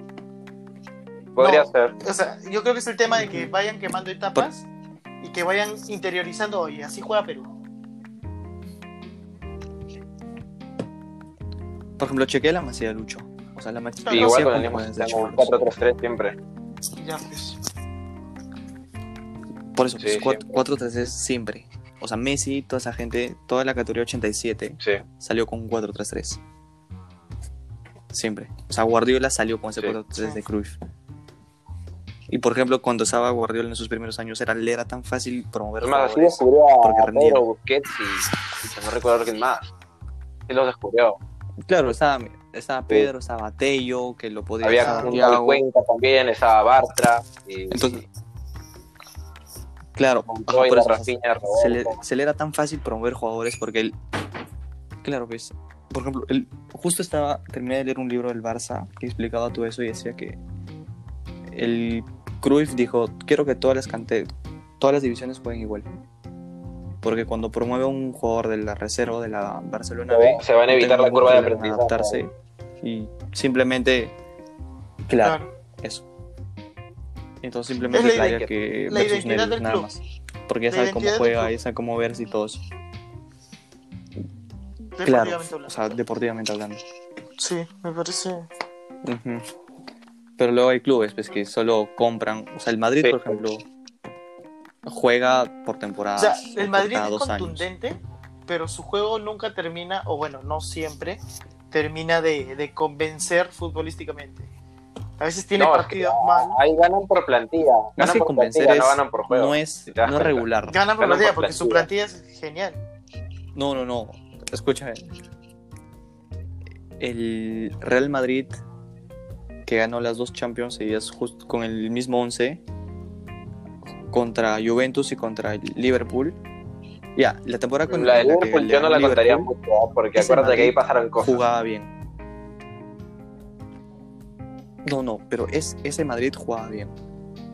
Podría No. ser. O sea, yo creo que es el tema de que vayan quemando etapas y que vayan interiorizando, oye, así juega Perú. Por ejemplo, chequeé la masía de Lucho. O sea, la ma- masía Sí, igual con el con mismo jugadores de sistema. Chivas. 4-3-3 siempre. Y ya, pues. Por eso, Sí, pues, siempre. 4-3 siempre. O sea, Messi, toda esa gente, toda la categoría 87 Sí. salió con 4-3-3. Siempre. O sea, Guardiola salió con ese Sí. 4-3 de Cruyff. Y por ejemplo, cuando estaba Guardiola en sus primeros años, era, le era tan fácil promover. Es más, así jugadores. descubrió porque a rendía. Pedro Busquets y, y se no recuerdo quién más. Sí los descubrió. Claro, estaba, estaba Pedro, estaba Tello, que lo podía Había usar, como un tal Thiago. Cuenca también, estaba Bartra. Y Entonces, claro, ajá, Montoya, por eso, Rafinha, se, le, Roberto. se le era tan fácil promover jugadores porque él, claro, pues, por ejemplo, él, justo estaba, terminé de leer un libro del Barça que explicaba todo eso y decía que el Cruyff dijo, quiero que todas las cante- todas las divisiones jueguen igual. Porque cuando promueve a un jugador de la reserva de la Barcelona B, se van a no evitar tiene la ningún curva de problema en aprendizaje. adaptarse y simplemente claro, eso entonces simplemente Es la Playa identi- que la versus identidad Nelly, del nada club. más porque ya La sabe cómo identidad del juega club. ya sabe cómo verse y todo eso Deportivamente claro hablando. o sea deportivamente hablando Sí, me parece. Ujú. pero luego hay clubes pues, que solo compran o sea el Madrid Sí. por ejemplo juega por temporada O sea, el Madrid es contundente, pero su juego nunca termina, o bueno, no siempre, termina de, de convencer futbolísticamente. A veces tiene No, es que partidos mal, Ahí ganan por plantilla. más Ganan que por convencer plantilla, es, no ganan por juego. no es te das no es cuenta. regular gana por Ganan partida por porque su plantilla es genial. No, no, no. Escúchame. El Real Madrid, que ganó las dos Champions seguidas justo con el mismo 11, contra Juventus y contra el Liverpool. Ya, la temporada con La de en que Liverpool yo no ganó la contaría Liverpool, mucho, ¿ah? porque Ese acuérdate que ahí Madrid pasaron cosas. Jugaba bien. No, no, pero es, ese Madrid jugaba bien.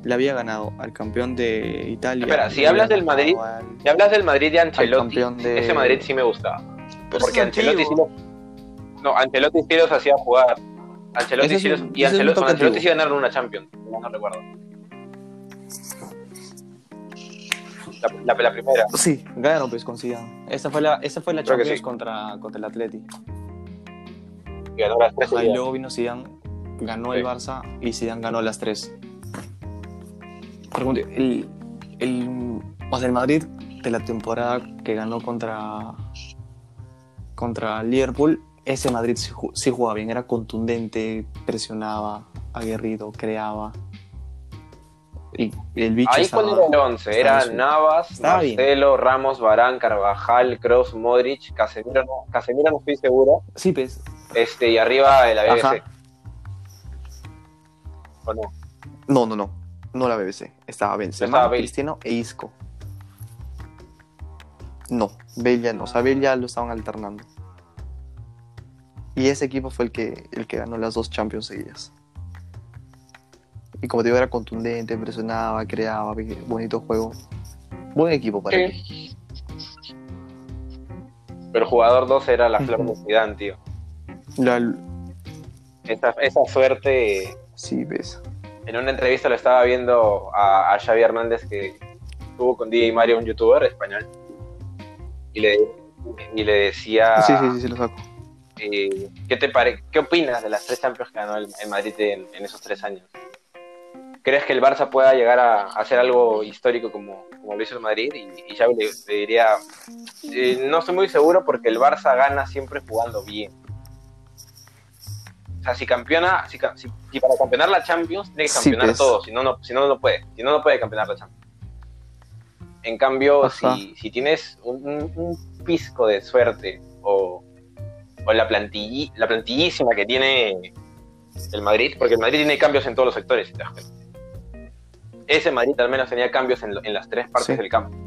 Le había ganado al campeón de Italia. Espera, si le había hablas del ganado Madrid, al- Si hablas del Madrid de Ancelotti, campeón de- ese Madrid sí me gustaba. Pero porque es Ancelotti sí antiguo. los... No, Ancelotti sí los hacía jugar. Ancelotti Ese es sí los... un- Y ese es un Ancelotti, toque Ancelotti antiguo. sí ganaron una Champions, si mal no recuerdo. La, la- la primera. Sí, ganaron pues con Zidane. Esa fue la, esa fue la Creo que Champions sí. contra, contra el Atleti. que ganó las tres Ajá, y seguidas. luego vino Zidane, ganó el Sí. Barça y Zidane ganó las tres. Pregunte, el, el, o sea, el Madrid de la temporada que ganó contra contra Liverpool, ese Madrid sí, ju- sí jugaba bien, era contundente, presionaba, aguerrido, creaba. Y el bicho Ahí estaba- cuál era el 11, estaba era su- Navas, estaba bien. Marcelo, Ramos, Barán, Carvajal, Cross, Modric, Casemiro, no, Casemiro no estoy seguro, Sí, pues. este, y arriba de la BBC. Ajá. ¿O no? No, no, no. No la BBC. Estaba Benzema, Estaba Bale. Cristiano e Isco. No, Bale ya no. O sea, Bale ya lo estaban alternando. Y ese equipo fue el que, el que ganó las dos Champions seguidas. Y como te digo, era contundente, presionaba, creaba, bonito juego. Buen equipo para mí. Pero el jugador 2 era la flor Ujú. de Zidane, tío. La- Esa, esa suerte Sí, ves. En una entrevista lo estaba viendo a, a Xavi Hernández que tuvo con DJ Mario, un youtuber español, y le, y le decía, Sí, sí, sí, sí, lo saco. eh, ¿qué, te pare- ¿qué opinas de las tres Champions que ganó el, el Madrid en, en esos tres años? ¿Crees que el Barça pueda llegar a, hacer algo histórico como, como lo hizo el Madrid? Y, y ya le, le diría, eh, no estoy muy seguro porque el Barça gana siempre jugando bien. O sea, si campeona, si, si, si para campeonar la Champions, tiene que campeonar pues. todo, si no, no, si no, no puede, si no, no puede campeonar la Champions. En cambio, Ajá. si, si tienes un, un- un pisco de suerte o, o la, plantilli- la plantillísima que tiene el Madrid, porque el Madrid tiene cambios en todos los sectores, si te das cuenta. Ese Madrid al menos tenía cambios en, lo- en las tres Sí. partes del campo.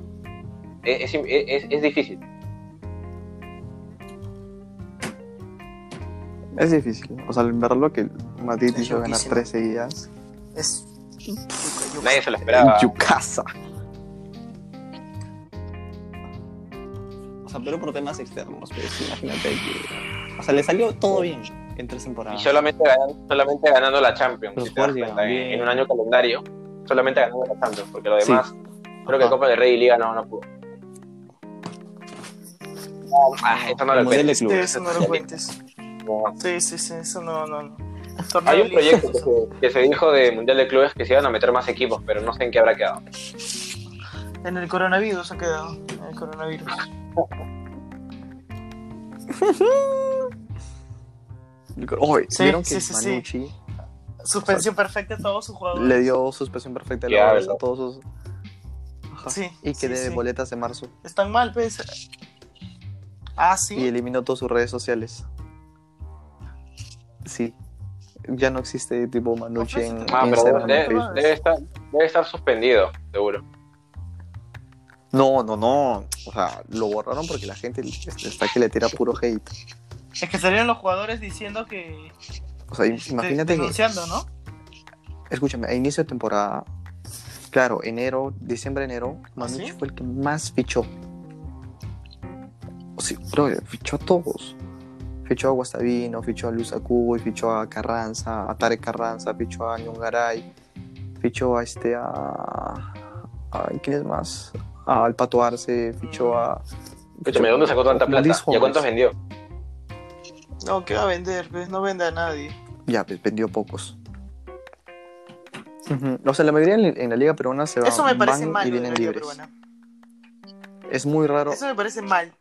E- Es, im- e- es- es difícil. Es difícil. O sea, al verlo que Madrid Es hizo ganar loquísimo. tres seguidas. Es. Nadie se lo esperaba. Yucasa. O sea, pero por temas externos, pues imagínate que. O sea, le salió todo bien en tres Y temporadas. solamente ganando, solamente ganando la Champions, Los si te das Guardian, cuenta, en, bien. en un año calendario, solamente ganando la Champions, porque lo Sí. demás, creo que Ajá. Copa del Rey y Liga no, no pudo. No, ah, eso no lo Como del cuento. club. Sí, eso no lo cuentes. No. Sí, sí, sí, eso no, no, no. Torneo Hay un de proyecto que ligas. se, que se dijo de Mundial de Clubes que se iban a meter más equipos, pero no sé en qué habrá quedado. En el coronavirus ha quedado. En el coronavirus. Oye, Sí, ¿vieron sí, que sí, sí. Manucci Suspensión perfecta a todos sus jugadores. le dio suspensión perfecta a Ya, la ¿verdad? a todos sus. Ajá. Sí, y que sí, debe sí. boletas de marzo. Están mal, pues. Ah, Y sí. eliminó todas sus redes sociales. Sí. Ya no existe tipo Manucci en Ah, Ah, en pero Instagram. en debe, Facebook. Facebook. debe estar, debe estar suspendido, seguro. No, no, no. O sea, lo borraron porque la gente está que le tira puro hate. Es que salieron los jugadores diciendo que. O sea, imagínate que Denunciando, ¿no? escúchame, a inicio de temporada, claro, enero, diciembre, enero, Manucci sí? fue el que más fichó. O sea, bro, fichó a todos. Fichó a Guastavino, fichó a Luis Acuy, fichó a Carranza, a Tarek Carranza, fichó a Ñongaray, fichó a este, a, a- ¿quién es más? A Al Pato Arce, fichó a... Escúchame, ¿dónde sacó tanta plata? Luis ¿Y a cuántos Juárez. vendió? No, ¿qué va a vender? Pues no vende a nadie. Ya, pues, vendió pocos. Ujú. O sea, la mayoría en, en la liga peruana se va, Eso me parece van mal. y de vienen la liga libres. peruana. Es muy raro. Eso me parece mal.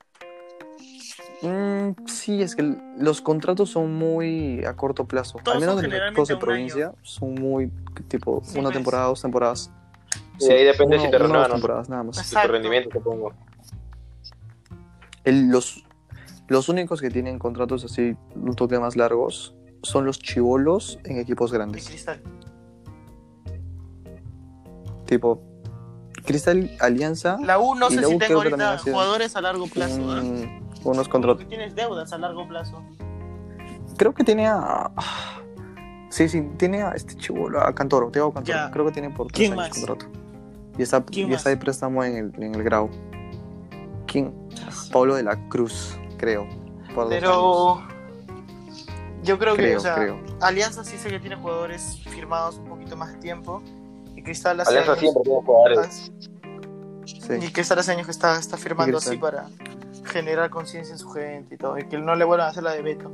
Mm, sí, es que l- los contratos son muy a corto plazo. Todos Al menos son en los generalmente equipos de un provincia son muy tipo Sí, una pues. temporada, dos temporadas. Y ahí depende si te una o dos renuevan o no. temporadas, nada más. Y tu Exacto. rendimiento, supongo. El- los, los únicos que tienen contratos así un toque más largos son los chivolos en equipos De grandes. cristal. Tipo Cristal Alianza. La U no Y sé la si U tengo creo que también ahorita ha sido- jugadores a largo plazo. ¿ah? mm, unos Como contratos. que tienes deudas a largo plazo. Creo que tiene a. Sí, sí, tiene a este chivolo, a Cantoro, Teo Cantoro. Ya. Creo que tiene por tres ¿Quién años más? contrato. Y está, ¿Quién y está más? de préstamo en el, en el Grau. ¿Quién? Pablo de la Cruz, creo. por dos años. Pero. Yo creo que, Creo, o sea, creo. Alianza sí sé que tiene jugadores firmados un poquito más de tiempo. Y Cristal hace Alianza años- siempre tiene Ah, jugadores. Sí. Y Cristal hace años que está, está firmando Y Cristal. así para generar conciencia en su gente y todo. Y que no le vuelvan a hacer la de *laughs* Beto.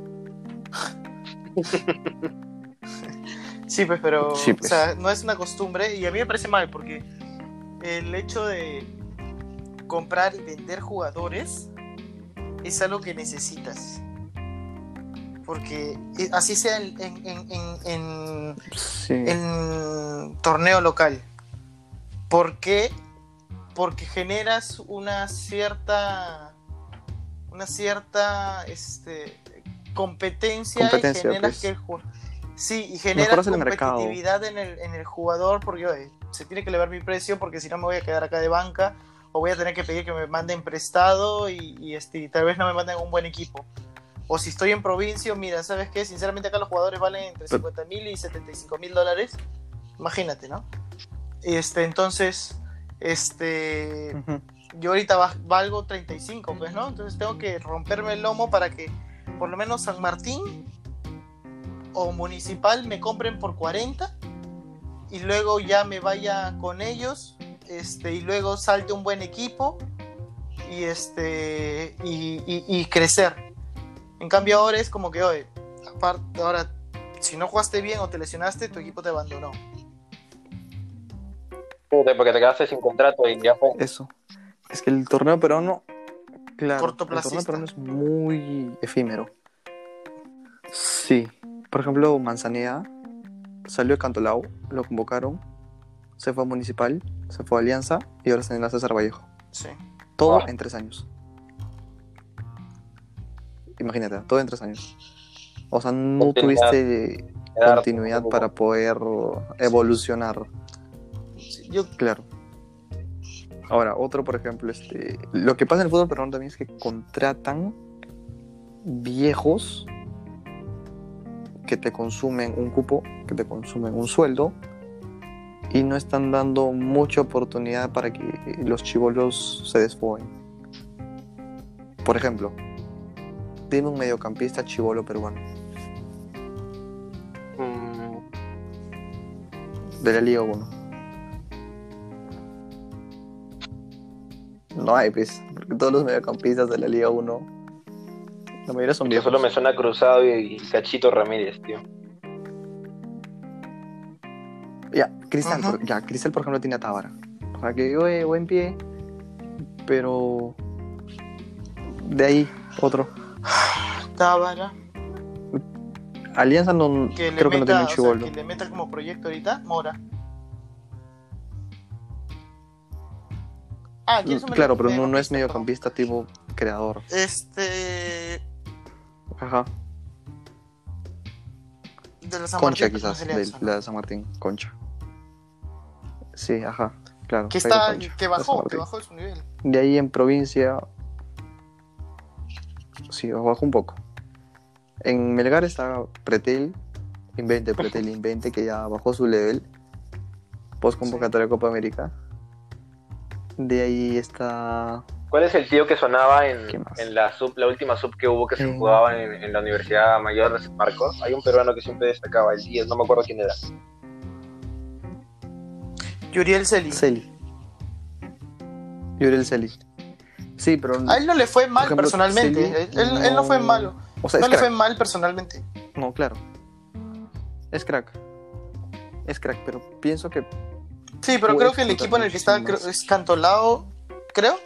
sí, pues, pero. Sí, pues. O sea, no es una costumbre. Y a mí me parece mal porque el hecho de comprar y vender jugadores es algo que necesitas. Porque eh, así sea en- en- en- en- en sí. en torneo local. ¿Por qué? Porque generas una cierta una cierta este, competencia, Competencia, y generas pues. que el ju- sí y generas Mejoras el mercado. competitividad en el, en el jugador porque oye, se tiene que elevar mi precio porque si no me voy a quedar acá de banca o voy a tener que pedir que me manden prestado y, y, este y tal vez no me manden un buen equipo o si estoy en provincia, mira, ¿sabes qué? Sinceramente acá los jugadores valen entre Pero- 50 mil y 75 mil dólares. Imagínate, ¿no? Este, entonces, este, Ujú. yo ahorita va- valgo 35, pues, ¿no? Entonces tengo que romperme el lomo para que por lo menos San Martín o Municipal me compren por 40 y luego ya me vaya con ellos, este, y luego salte un buen equipo y este, y, y- y crecer. En cambio ahora es como que, oye, aparte, ahora, si no jugaste bien o te lesionaste, tu equipo te abandonó. Puta, Porque te quedaste sin contrato y ya fue. Eso. Es que el torneo peruano. Claro, el Cortoplacista. torneo peruano es muy efímero. Sí. Por ejemplo, Manzaneda salió de Cantolao, lo convocaron, se fue a Municipal, se fue a Alianza y ahora se enlaza a César Vallejo. Sí. Todo Ah. en tres años. Imagínate, todo en tres años. O sea, no Continuidad. tuviste Quedarte continuidad como- para poder evolucionar. Sí, Yo, Claro. Ahora, otro, por ejemplo, este, lo que pasa en el fútbol peruano también es que contratan viejos que te consumen un cupo, que te consumen un sueldo y no están dando mucha oportunidad para que los chivolos se desfoben. Por ejemplo, dime un mediocampista chivolo peruano Mm, de la Liga 1. No hay, pues, porque todos los mediocampistas de la Liga 1, la mayoría son Yo viejos. solo me suena Cruzado y, y Cachito Ramírez, tío. Ya, Cristal, Ajá. por, ya, Cristal, por ejemplo, tiene a Tábara. O sea, que oye, buen pie, pero de ahí otro. Tábara, Alianza no, que le, creo que no tiene meta, un o sea, chivolo. que le meta como proyecto ahorita, Mora. Ah, ya eso me lo Mm, Claro, pero conté, no, no es perdón. mediocampista tipo creador. Este. Ajá. De la San Concha Martín, quizás, José de Alianza, ¿no? la de San Martín, Concha. Sí, ajá, claro. Que, Pedro está, Concha, que de San bajó, que Martín. bajó de su nivel. De ahí en provincia. Sí, bajo un poco. En Melgar está Pretel, Invente, Pretel, Invente, que ya bajó su level. Post convocatoria de Copa América. De ahí está. ¿Cuál es el tío que sonaba en, ¿Qué más? en la sub, la última sub que hubo que se Eh. jugaba en, en la Universidad Mayor de San Marcos? Hay un peruano que siempre destacaba, el 10, no me acuerdo quién era. Yuriel Celi. Celi. Yuriel Celi. Sí, pero. A él no le fue mal Por ejemplo, personalmente. Celi, él, él- él no fue no- malo. o sea, no es le crack. fue mal personalmente. No, claro. Es crack. Es crack, pero pienso que. Sí, pero Puede creo que el explotar equipo en el que está muchísimo creo- más. es Cantolao, creo,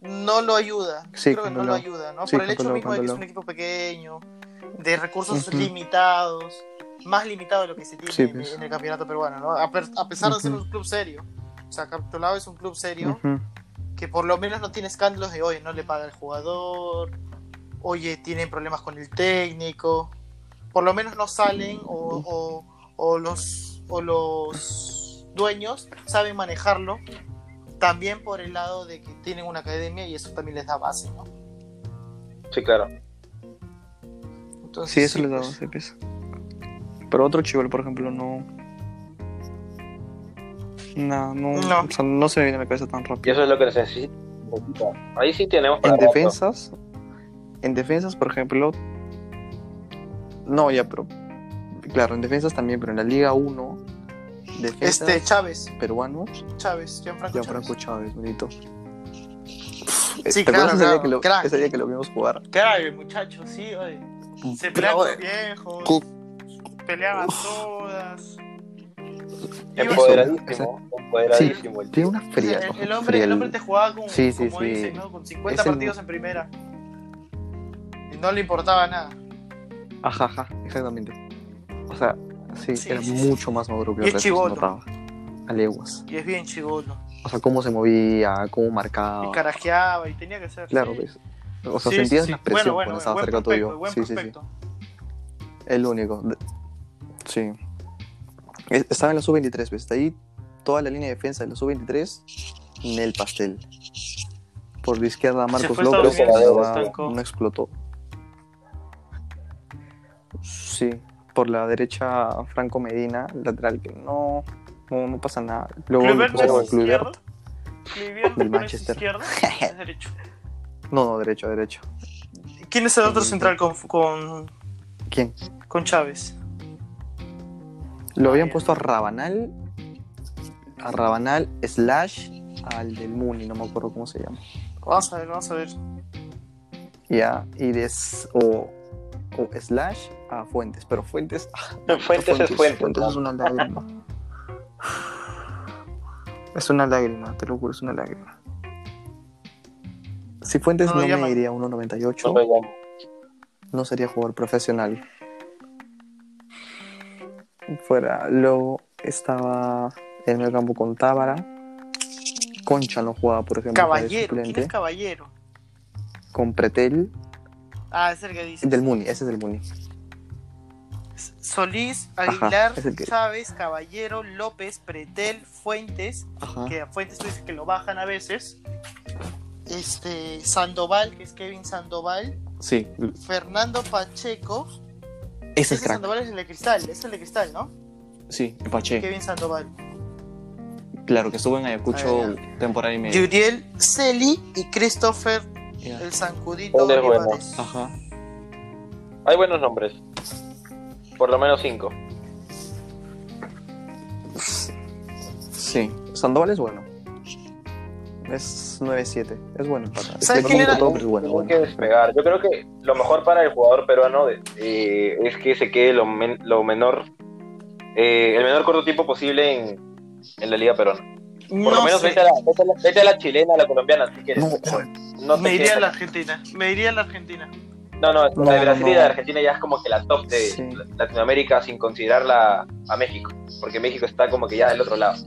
no lo ayuda. Sí, creo que no lo Cantolao. ayuda, ¿no? Sí, Por el hecho Cantolao, mismo de que es un Cantolao. equipo pequeño, de recursos Ujú. limitados, más limitado de lo que se tiene Sí, en, pues. en el campeonato peruano, ¿no? A, per- a pesar de ser Ujú. un club serio. O sea, Cantolao es un club serio Ujú. que por lo menos no tiene escándalos de hoy, no le paga el jugador, oye, tienen problemas con el técnico, por lo menos no salen o, o- o los, o los dueños saben manejarlo, también por el lado de que tienen una academia y eso también les da base, ¿no? Sí, claro. Entonces, Sí, eso sí, le da pues, 12 pesos. Pero otro chivolo, por ejemplo, no. No, no, No. o sea, no se me viene a la cabeza tan Y rápido. eso es lo que necesita. Ahí sí tenemos para En rato. defensas, en defensas, por ejemplo. No, ya, pero. Claro, en defensas también, pero en la Liga 1, defensas Este, Chávez, peruanos, Chávez, Gianfranco ya Chávez. Franco Chávez, bonito. Sí, ¿Te acuerdas claro, ese día claro, que lo- crack. ese día que lo vimos jugar? Claro, muchachos, sí, oye. Se pelean Pero, los viejos, cu- peleaban todas. Iba- Empoderadísimo, empoderadísimo. Tiene el tío. una O sea, fría. el, ¿no? el hombre, Fría el hombre te jugaba con, Sí, sí, como sí. dicen, ¿no? con 50 Es el- partidos en primera. Y no le importaba nada. Ajá, ajá, exactamente. O sea, sí, Sí, era sí, sí. mucho más maduro que Y es el resto, se chibolo. notaba. A leguas. Y es bien chivolo. O sea, cómo se movía, cómo Y marcaba. carajeaba y tenía que ser. Claro, sí. pues. O sea, Sí, sentías sí, la sí. Bueno, presión cuando bueno, estaba buen cerca prospecto, tuyo. buen Sí, sí, sí. prospecto. El único. De- Sí. Es- Estaba en la sub-23, pues. De ahí toda la línea de defensa de la sub-23 en el pastel. Por la izquierda Marcos fue a López, que Estados la Unidos, verdad se estancó. no explotó. Sí. Por la derecha Franco Medina, lateral que no, no, no pasa nada. Luego lo Kluivert pusieron no a es izquierdo. Kluivert. Kluivert Del no es Manchester. *laughs* izquierdo, es derecho. No, no, derecho, derecho. ¿Quién es el otro central con, con, ¿Quién? con Chávez? Lo habían Ah, ya. puesto a Rabanal. A Rabanal slash al del Muni, no me acuerdo cómo se llama. Vamos a ver, vamos a ver. Ya, y des o, o slash a Fuentes, *laughs* *laughs* pero Fuentes. ah, Fuentes es Fuentes, Fuentes ¿no? es una lágrima. Es una lágrima, te lo juro, es una lágrima. Si Fuentes No no, lo me llaman. iría a No lo 1.98, llamo. no sería jugador profesional. Fuera, luego estaba en el campo con Tábara. Concha no jugaba, por ejemplo. para el Caballero, ¿quién suplente. es caballero? Con Pretel Ah, es el que dice. del Muni, ese es del Muni. Solís, Ajá, Aguilar, es el que- Chávez, Caballero, López, Pretel, Fuentes, Ajá. que a Fuentes tú dices que lo bajan a veces. Este, Sandoval, que es Kevin Sandoval, Sí, Fernando Pacheco. ese es Ese crack. Sandoval es el de cristal, es el de cristal, ¿no? Sí, Pache. Kevin Sandoval. Claro, que estuvo en Ayacucho Ah, temporada y media. Yuriel Celi y Christopher Ya. el Zancudito Del Bueno. Olivares. Ajá. Hay buenos nombres. Por lo menos cinco. Sí, Sandoval es bueno. Es 9-7, es bueno para. ¿Sabes es quién como era? todo, pero es bueno, Tiene bueno. que despegar. Yo creo que lo mejor para el jugador peruano de- eh, es que se quede lo, men- lo menor, eh, el menor corto tiempo posible en, en la liga peruana. Por lo No menos sé, vete a, la, vete a la- vete a la chilena, a la colombiana, si quieres. No, joder, No, te me iría quedes a la acá. Argentina. Me iría a la Argentina. no, no, No, la de Brasil y no. la de Argentina ya es como que la top de Sí. Latinoamérica sin considerarla a México, porque México está como que ya del otro lado.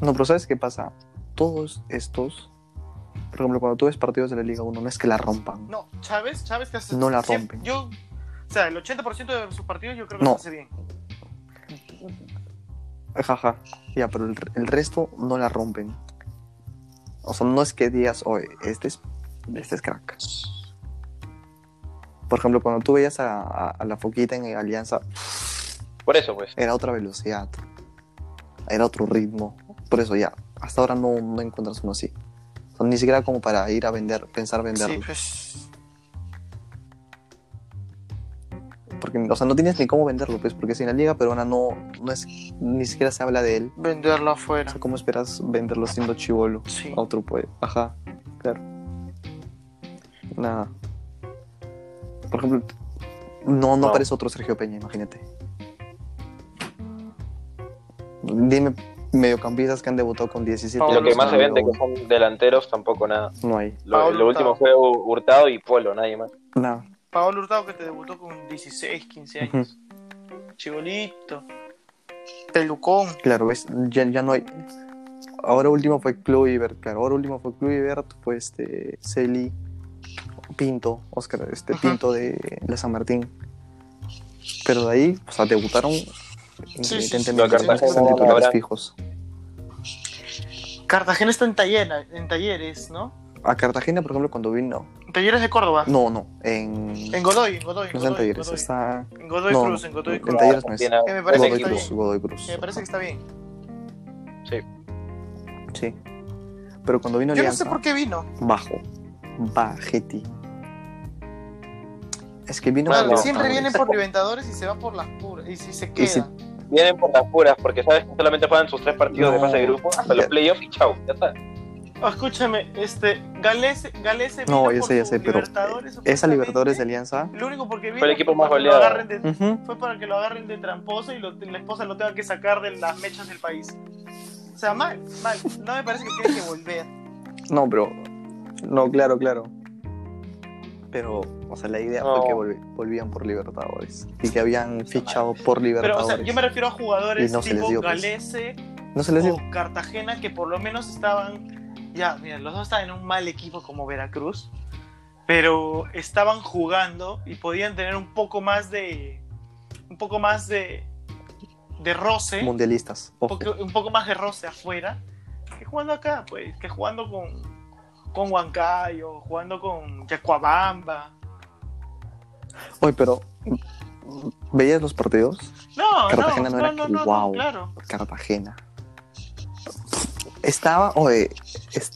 no, pero ¿sabes qué pasa? Todos estos, por ejemplo, cuando tú ves partidos de la Liga 1, no es que la rompan. No, Chávez, Chávez que hace. No la siempre- rompen. Yo, o sea, el 80% de sus partidos yo creo que No. los hace bien. Jaja, ya, pero el, el resto no la rompen. O sea, no es que digas, oye, este es, este es crack. Por ejemplo, cuando tú veías a, a- a la Foquita en Alianza, Por eso, pues. era otra velocidad, era otro ritmo. Por eso ya, hasta ahora no, no encuentras uno así. O sea, ni siquiera como para ir a vender, pensar venderlo. Sí, pues. Porque, o sea, no tienes ni cómo venderlo, pues, porque si en la liga peruana no, no es, ni siquiera se habla de él. Venderlo O afuera. sea, ¿cómo esperas venderlo siendo chivolo? Sí. A otro pues. Ajá, claro. Nada. Por ejemplo, no, no, No. aparece otro Sergio Peña, imagínate. Dime mediocampistas que han debutado con 17 Pablo Lo que años más se en la vende que Liga son delanteros tampoco nada. uno. No hay. Lo, Pablo lo último Hurtado. fue Hu- Hurtado y Polo, nadie más. Nada. Pablo Hurtado que te debutó con 16, 15 años. Ujú. Chibolito. Pelucón. Claro, ves, ya, ya no hay. Ahora último fue Kluivert, claro. Ahora último fue Kluivert, fue este Celi, Pinto, Oscar, este Ajá. Pinto de la San Martín. Pero de ahí, o sea, debutaron sí, evidentemente, sí, sí, los que sí, están sí, sí. titulares Ahora- fijos. Cartagena está en, taller, en talleres, ¿no? A Cartagena, por ejemplo, cuando vino. Talleres de Córdoba. No, no, en. En Godoy, en Godoy. En no Godoy, está en Talleres, Godoy. está. En Godoy no, Cruz, en Godoy en Cruz. Talleres no es. Tiene- Eh, me parece tiene Godoy que está equipo. Cruz, bien. Godoy Cruz. Me parece que está bien. Sí. Pero cuando vino Yo no sé Alianza. por qué vino. bajo, bajeti. Es que vino Claro, por los Siempre Libertadores. vienen por Libertadores y se van por las puras. Y si se Y si- quedan. Vienen por las puras, porque sabes que solamente juegan sus tres partidos de No. fase de grupo hasta los Ya. playoffs y chau, ya está. Ah, Escúchame, este, Galese, Galese No, vino ya por sé, ya su sé, pero Libertadores, esa supuestamente. Libertadores de Alianza. Lo único porque vino Fue el equipo fue más para que lo goleado. agarren de- Ujú. fue para que lo agarren de tramposo y lo- la esposa lo tenga que sacar de las mechas del país. O sea, mal, mal. No me parece que tiene que *laughs* volver. No, pero. No, claro, claro. Pero, o sea, la idea No. fue que volvi- volvían por Libertadores. Y que habían fichado por Pero, o Libertadores. sea, yo me refiero a jugadores Y no se les tipo dio, pues. Galese No se les dio. o Cartagena que por lo menos estaban. Ya, mira, los dos estaban en un mal equipo como Veracruz. Pero estaban jugando y podían tener un poco más de. Un poco más de. De roce. Mundialistas. un Ojo. poco, un poco más de roce afuera que jugando acá, pues, que jugando con, con Huancayo, jugando con Yacuabamba. Oye, pero. ¿Veías los partidos? No, no, Cartagena no no, era no, que- no, guau. claro. Cartagena. Estaba, oye, es-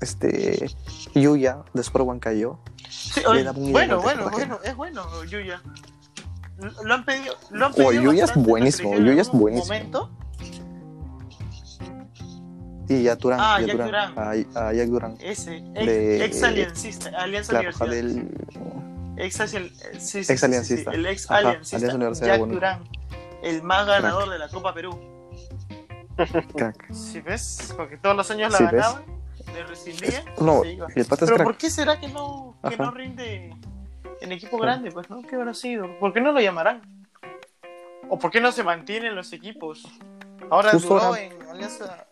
este. Yuya, después Huancayo. Sí, Le oye, daba un bueno, nivel de bueno, Cartagena. bueno, es bueno, Yuya. Lo- Lo han pedido, lo han Oye, pedido. Yuya es bastante en la buenísimo, selección en Yuya es algún buenísimo. Momento. Y ya Durán. Ah, ya Jack Durán. A, a Jack Durán. Ese, ex, De- ex aliancista, alianza Claro, o sea, universidad. del. Ex, eh, sí, sí, sí, sí, Ex aliancista. el ex Ajá, aliancista. Alianza Universidad, Jack bueno. Durán. el más ganador de la Copa Perú. Crack. ¿Sí ves? Porque todos los años la Sí, ¿ves? ganaban, le rescindían. No, se iba. y el pata es Pero crack. ¿por qué será que no, que Ajá. no rinde en equipo grande? Pues no, ¿qué habrá sido? ¿Por qué no lo llamarán? ¿O por qué no se mantienen los equipos? Ahora Justo duró ahora- en Alianza.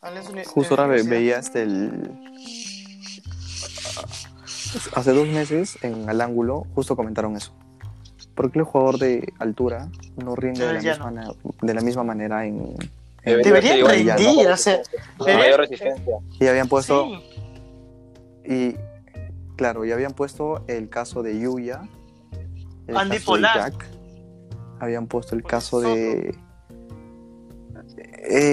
Alianza Uni- eh, Justo ahora ve- Universidad. veía este el... Hace dos meses en Al Ángulo justo comentaron eso. ¿Por qué el jugador de altura no rinde de la, Pero Ah, ya misma, na- de la misma manera en... en- Debería Deberían ser igual. Ya, rendir, o sea, Con mayor resistencia. Y habían puesto... sí, Y claro, ya habían puesto el caso de Yuya. el Andy caso de Polar. Jack, habían puesto el Porque caso es otro. de.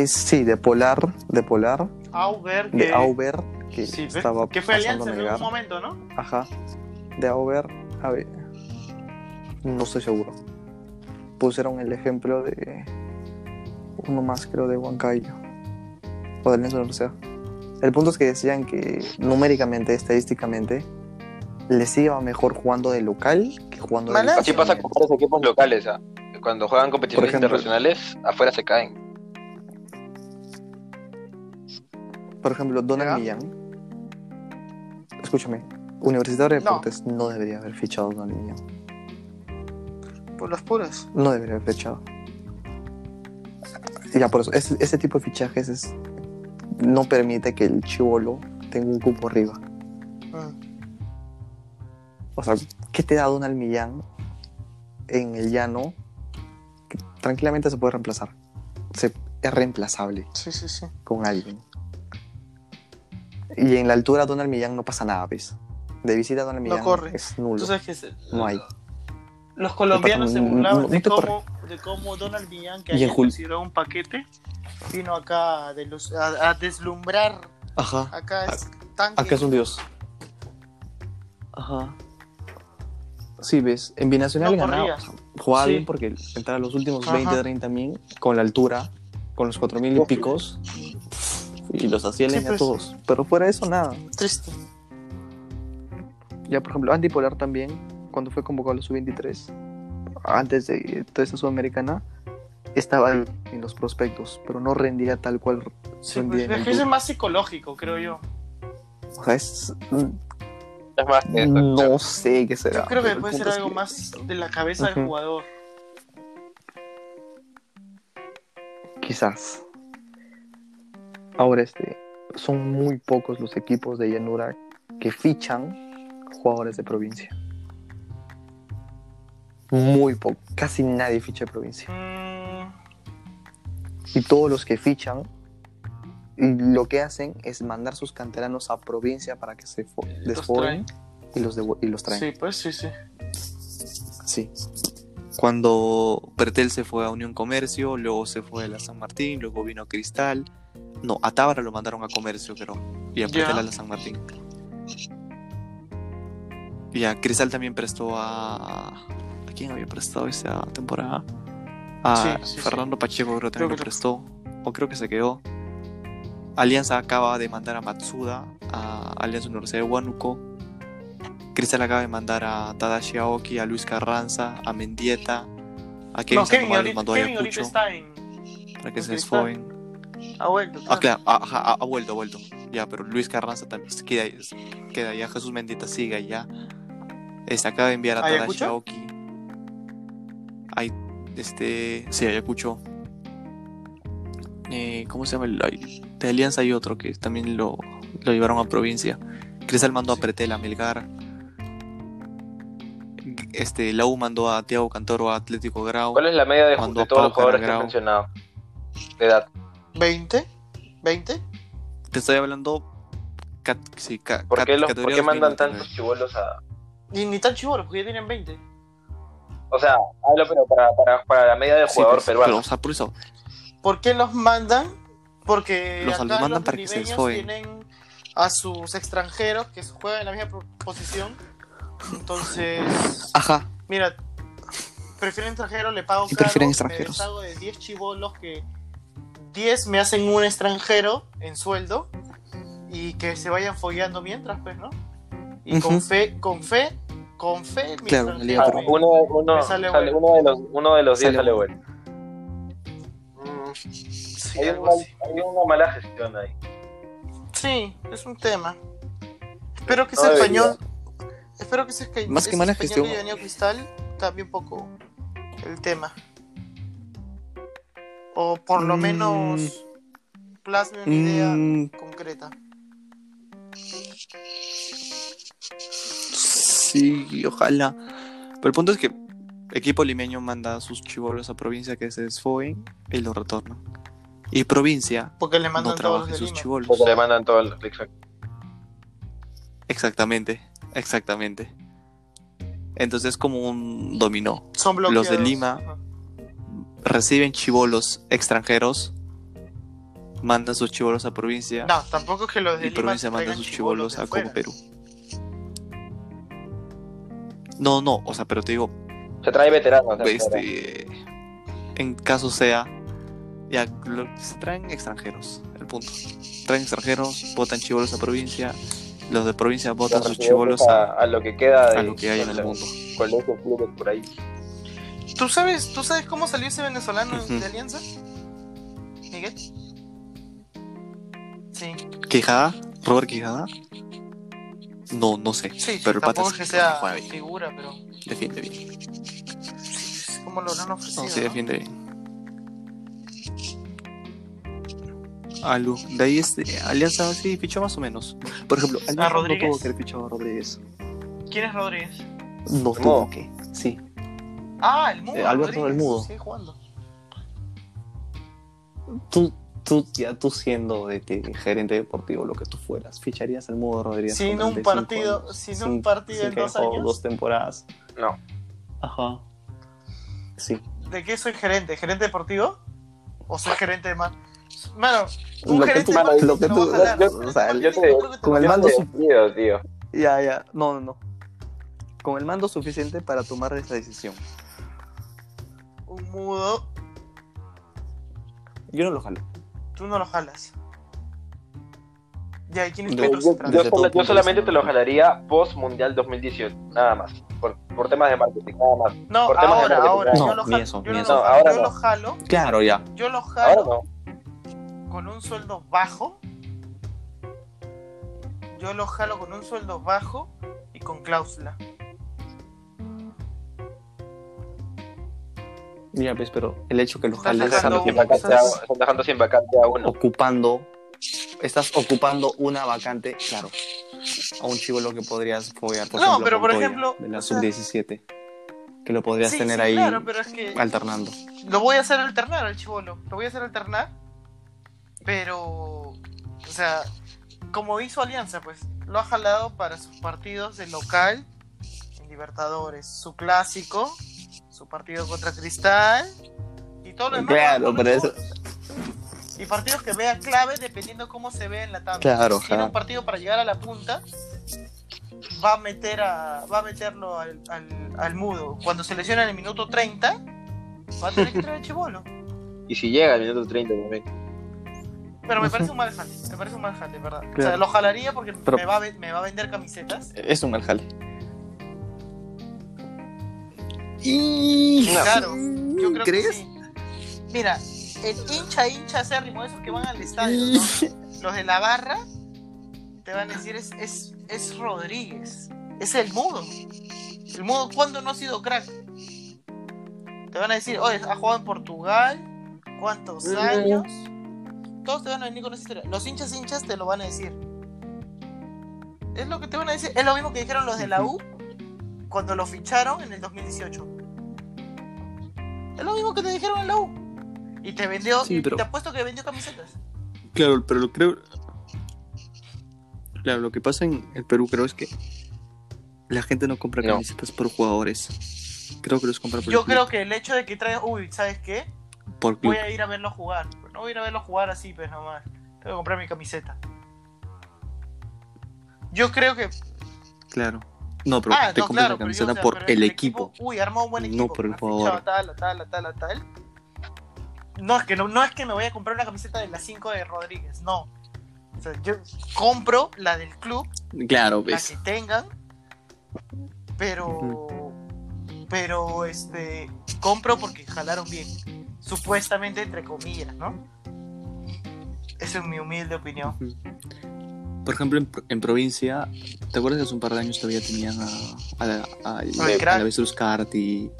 Eh, sí, de Polar, de Polar, Auber, de que- Auber, que Sí, ¿ves? estaba Eh, que fue pasando Alianza en algún Melgar. momento, ¿no? Ajá. De Auber, a ver. No estoy seguro. Pusieron el ejemplo de. Uno más, creo, de Huancayo. O de Alianza Universidad. El punto es que decían que numéricamente, estadísticamente, les iba mejor jugando de local que jugando de Malasia. Así pasa con varios equipos locales. ¿ah? Cuando juegan competiciones Por ejemplo. internacionales, afuera se caen. Por ejemplo, Donald ¿Ya? Millán. Escúchame. Universitario de No. Deportes no, debería haber fichado a Donald Millán. Por los puros. No debería haber fichado. Ya por eso, ese, ese tipo de fichajes es- no permite que el chivolo tenga un cupo arriba. Ah, O sea, ¿qué te da Donald Millán en el llano? Que tranquilamente se puede reemplazar. Se, es reemplazable Sí, sí, sí. con alguien. Y en la altura Donald Millán no pasa nada, ¿ves? De visita Donald No Millán corre. es nulo. Entonces, que se- no hay. los colombianos se No, no, burlaban no de, te cómo, de cómo Donald Millán, que Y en había Jul- considerado un paquete, Vino acá a, deluz- a- a deslumbrar. Ajá. Acá este es tan. Acá es un dios. Ajá. Sí, ves, en Binacional No ganaba. corría. o sea, Jugaba Sí. bien porque entraba a los últimos Ajá. 20, 30 también, con la altura, con los 4000 y picos. Y los hacía Sí, leña a pues. todos. Pero fuera de eso, nada. Triste. Ya, por ejemplo, Andy Polar también, cuando fue convocado a la sub-23, antes de toda esta sudamericana, estaba ahí en los prospectos, pero no rendía tal cual Sí, pues, rendía en el es que eso es club. más psicológico, creo yo. O sea, es- Es más Mm. que eso. no sé qué será. Yo creo pero que el puede punto ser es algo que- más. De la cabeza del Ujú. jugador. Quizás. Ahora este, son muy pocos los equipos de llanura que fichan jugadores de provincia. Muy poco, casi nadie ficha de provincia. Mm, Y todos los que fichan lo que hacen es mandar sus canteranos a provincia para que se fo- desforen y los, devu- y los traen. Mm, sí, pues sí, sí. Sí. Cuando Pertel se fue a Unión Comercio, luego se fue a la San Martín, luego vino a Cristal. No, a Tábara lo mandaron a Comercio, creo. Y a Ya. Pertel a la San Martín. Y a Cristal también prestó a. ¿A quién había prestado esa temporada? A Sí, sí, sí. Fernando Pacheco, creo Creo también que lo lo- prestó. O creo que se quedó. Alianza acaba de mandar a Matsuda a Alianza Universidad de Huánuco. Cristal acaba de mandar a Tadashi Aoki, a Luis Carranza, a Mendieta, a Kevin no, Kevin, Sandoval, ahorita, mandó a Kevin ahorita Ayacucho está en. para que se en desfoben. Ha vuelto. claro. Ah, claro, ah, ajá, ha, ha vuelto, ha vuelto. Ya, pero Luis Carranza también se queda, ahí- queda allá, Jesús Mendieta sigue allá. Este, acaba de enviar a Tadashi ¿Ayacucho? Aoki. Ay, este, sí, Ayacucho. Eh, ¿Cómo se llama? el- ay, de Alianza hay otro que también lo, lo llevaron a provincia. Cristal mandó a Pretel, a Melgar. Este, la U mandó a Tiago Cantoro a Atlético Grau. ¿Cuál es la media de, ju- Cuando de todos los Pau jugadores que Canagrao- han mencionado? De edad. ¿20? ¿20? Te estoy hablando. cat- sí, ca- ¿Por cat- qué, los- categoría ¿por qué 2019. mandan tantos chibolos a.? Y ni tan chivolos, porque ya tienen 20. O sea, hablo, pero para, para, para la media del Sí, jugador pues, peruano. Pero, o sea, por eso. ¿Por qué los mandan? Porque Los acá mandan los para que se limeños desfoben. tienen a sus extranjeros que juegan en la misma pro- posición. Entonces, Ajá. mira, prefieren extranjeros, le pago Y caro, prefieren me extranjeros. deshago de 10 chivolos que 10 me hacen un extranjero en sueldo y que se vayan fogueando mientras, pues, ¿no? Y con Ujú. fe, con fe Con fe, mi Claro, extranjero, el día Ah, otro. uno, uno, Me sale sale- bueno. uno de los, uno de los diez Sale sale bueno. bueno. Sí, Hay, un algo mal- así. hay una mala gestión ahí. Sí, es un tema. Espero que No ese debería. español. Espero que ese esca- Más que ese mala español gestión. de Johnny Cristal cambie un poco el tema. O por lo Mm. menos plasme una idea Mm, concreta. sí, ojalá. Pero el punto es que equipo limeño manda a sus chivolos a provincia que se desfoen y lo retornan. Y provincia Porque le mandan no todos trabaja los de sus Lima. chivolos. Porque le mandan todo el exacto. Exactamente, exactamente. Entonces es como un dominó. Son Los de bloqueados. Lima. Ajá. reciben chivolos extranjeros, mandan sus chivolos a provincia No, tampoco es que los de y Lima provincia manda traigan sus chibolos chivolos de a como afuera. Perú. No, no, o sea, pero te digo, Se trae veteranos. eh, se trae veteranos. este, en caso sea, ya lo- se traen extranjeros, el punto. Traen extranjeros, votan chivolos a provincia, los de provincia votan Los sus residentes chivolos a, a, a lo que queda de a lo que hay en el colegios, mundo. colegios, clubes por ahí. ¿Tú sabes, ¿Tú sabes cómo salió ese venezolano Ujú. de Alianza? Miguel. Sí, ¿Quijada? ¿Robert Quijada? No, no sé, sí, sí, pero el pata tampoco es sí que sea juega bien, figura, pero defiende bien. es como lo han ofrecido. No, se ¿no? defiende bien. Alu, de ahí este, Alianza sí fichó más o menos. Por ejemplo, Alianza Rodríguez? no tuvo que haber fichado a Rodríguez. ¿Quién es Rodríguez? No tuvo que, sí. Ah, el mudo. Eh, Alberto Rodríguez, el Mudo. Sigue jugando. Tú, tú, ya tú siendo de que gerente deportivo, lo que tú fueras, ficharías al Mudo Rodríguez. Sin con un 35 partido, años, sin un partido en que dos dejó años. dos temporadas. No. Ajá. Sí. ¿De qué soy gerente? ¿Gerente deportivo? ¿O soy gerente de mar? Bueno, un Lo que gerente tú- de mar. lo que no tú- va a jalar. yo- o sea, el- yo te- con el Yo mando te su- despido, tío. Ya, ya. No, no, no. Con el mando suficiente para tomar esa decisión. Un mudo, Yo no lo jalo. tú no lo jalas. Ya, ¿y quién es No, Yo, Pedro yo- Central? yo Desde todo sola- yo punto de solamente vista, te lo ¿no? jalaría post Mundial 2018, nada más. Por, por temas de marketing, nada más. No, por temas de ahora, marketing. ahora. No, yo lo ni jalo, eso, yo ni no eso. lo- Ahora yo no. lo jalo, Claro, ya. yo lo jalo Ahora no. con un sueldo bajo. Yo lo jalo con un sueldo bajo y con cláusula. Ya, pues, pero el hecho que los Estás jales dejando a lo que Sin uno, estás vacante a- Están dejando sin vacante a uno. ocupando, estás ocupando una vacante, claro, a un chivo lo que podrías foguear, por No, ejemplo, pero por Montoya, ejemplo, de la o sea- sub-17, que lo podrías Sí, tener sí, ahí claro, pero es que alternando. lo voy a hacer alternar al chivolo. Lo voy a hacer alternar. Pero, o sea, como hizo Alianza, pues lo ha jalado para sus partidos de local en Libertadores, su clásico, su partido contra Cristal y todo lo demás. Claro, lo pero jala eso- solo. Y partidos que vea clave dependiendo cómo se ve en la tabla. Claro, si tiene ajá. un partido para llegar a la punta, va a meter a, va a meterlo al, al- al mudo. Cuando se lesiona en el minuto 30, va a tener que traer chivolo. Y si llega el minuto 30 también. Pero me parece un mal jale, me parece un mal jale, ¿verdad? O sea, Claro. lo jalaría porque Pero- me, va a, ve- me va a vender camisetas. Es un mal jale. Claro, yo creo que sí. Mira, el hincha, hincha acérrimo, esos que van al estadio, ¿no? los de la barra, te van a decir, es, es, es Rodríguez, es el mudo. El mudo, ¿cuándo no ha sido crack? Te van a decir, oye, ha jugado en Portugal, ¿cuántos años? Todos te van a venir con esa historia. Los hinchas, hinchas te lo van a decir. Es lo que te van a decir. Es lo mismo que dijeron los de la U cuando lo ficharon en el 2018. Es lo mismo que te dijeron en la U. Y te vendió, Sí, pero- te apuesto que vendió camisetas. Claro, pero lo creo. Claro, lo que pasa en el Perú creo es que la gente no compra No. camisetas por jugadores. Creo que los compra por Yo el creo que el hecho de que traes, uy, ¿sabes qué? club, por club. Voy a ir a verlo jugar. No voy a ir a verlo jugar así, pues nomás. Tengo que comprar mi camiseta. Yo creo que. Claro. No, pero ah, te no, compras claro, la pero yo, camiseta o sea, por pero el equipo. Uy, armó un buen no equipo. por el ha fichado jugador. a Tal, a tal, a tal, a tal. No es, que no, no es que me voy a comprar una camiseta de las 5 de Rodríguez, no. O sea, yo compro la del club Claro, la ves. que tengan pero pero este compro porque jalaron bien supuestamente entre comillas no esa es mi humilde opinión Por ejemplo, en, pro- en provincia, ¿te acuerdas que hace un par de años todavía tenían a, a, la- a- Al a crack. la Avestruz Carti?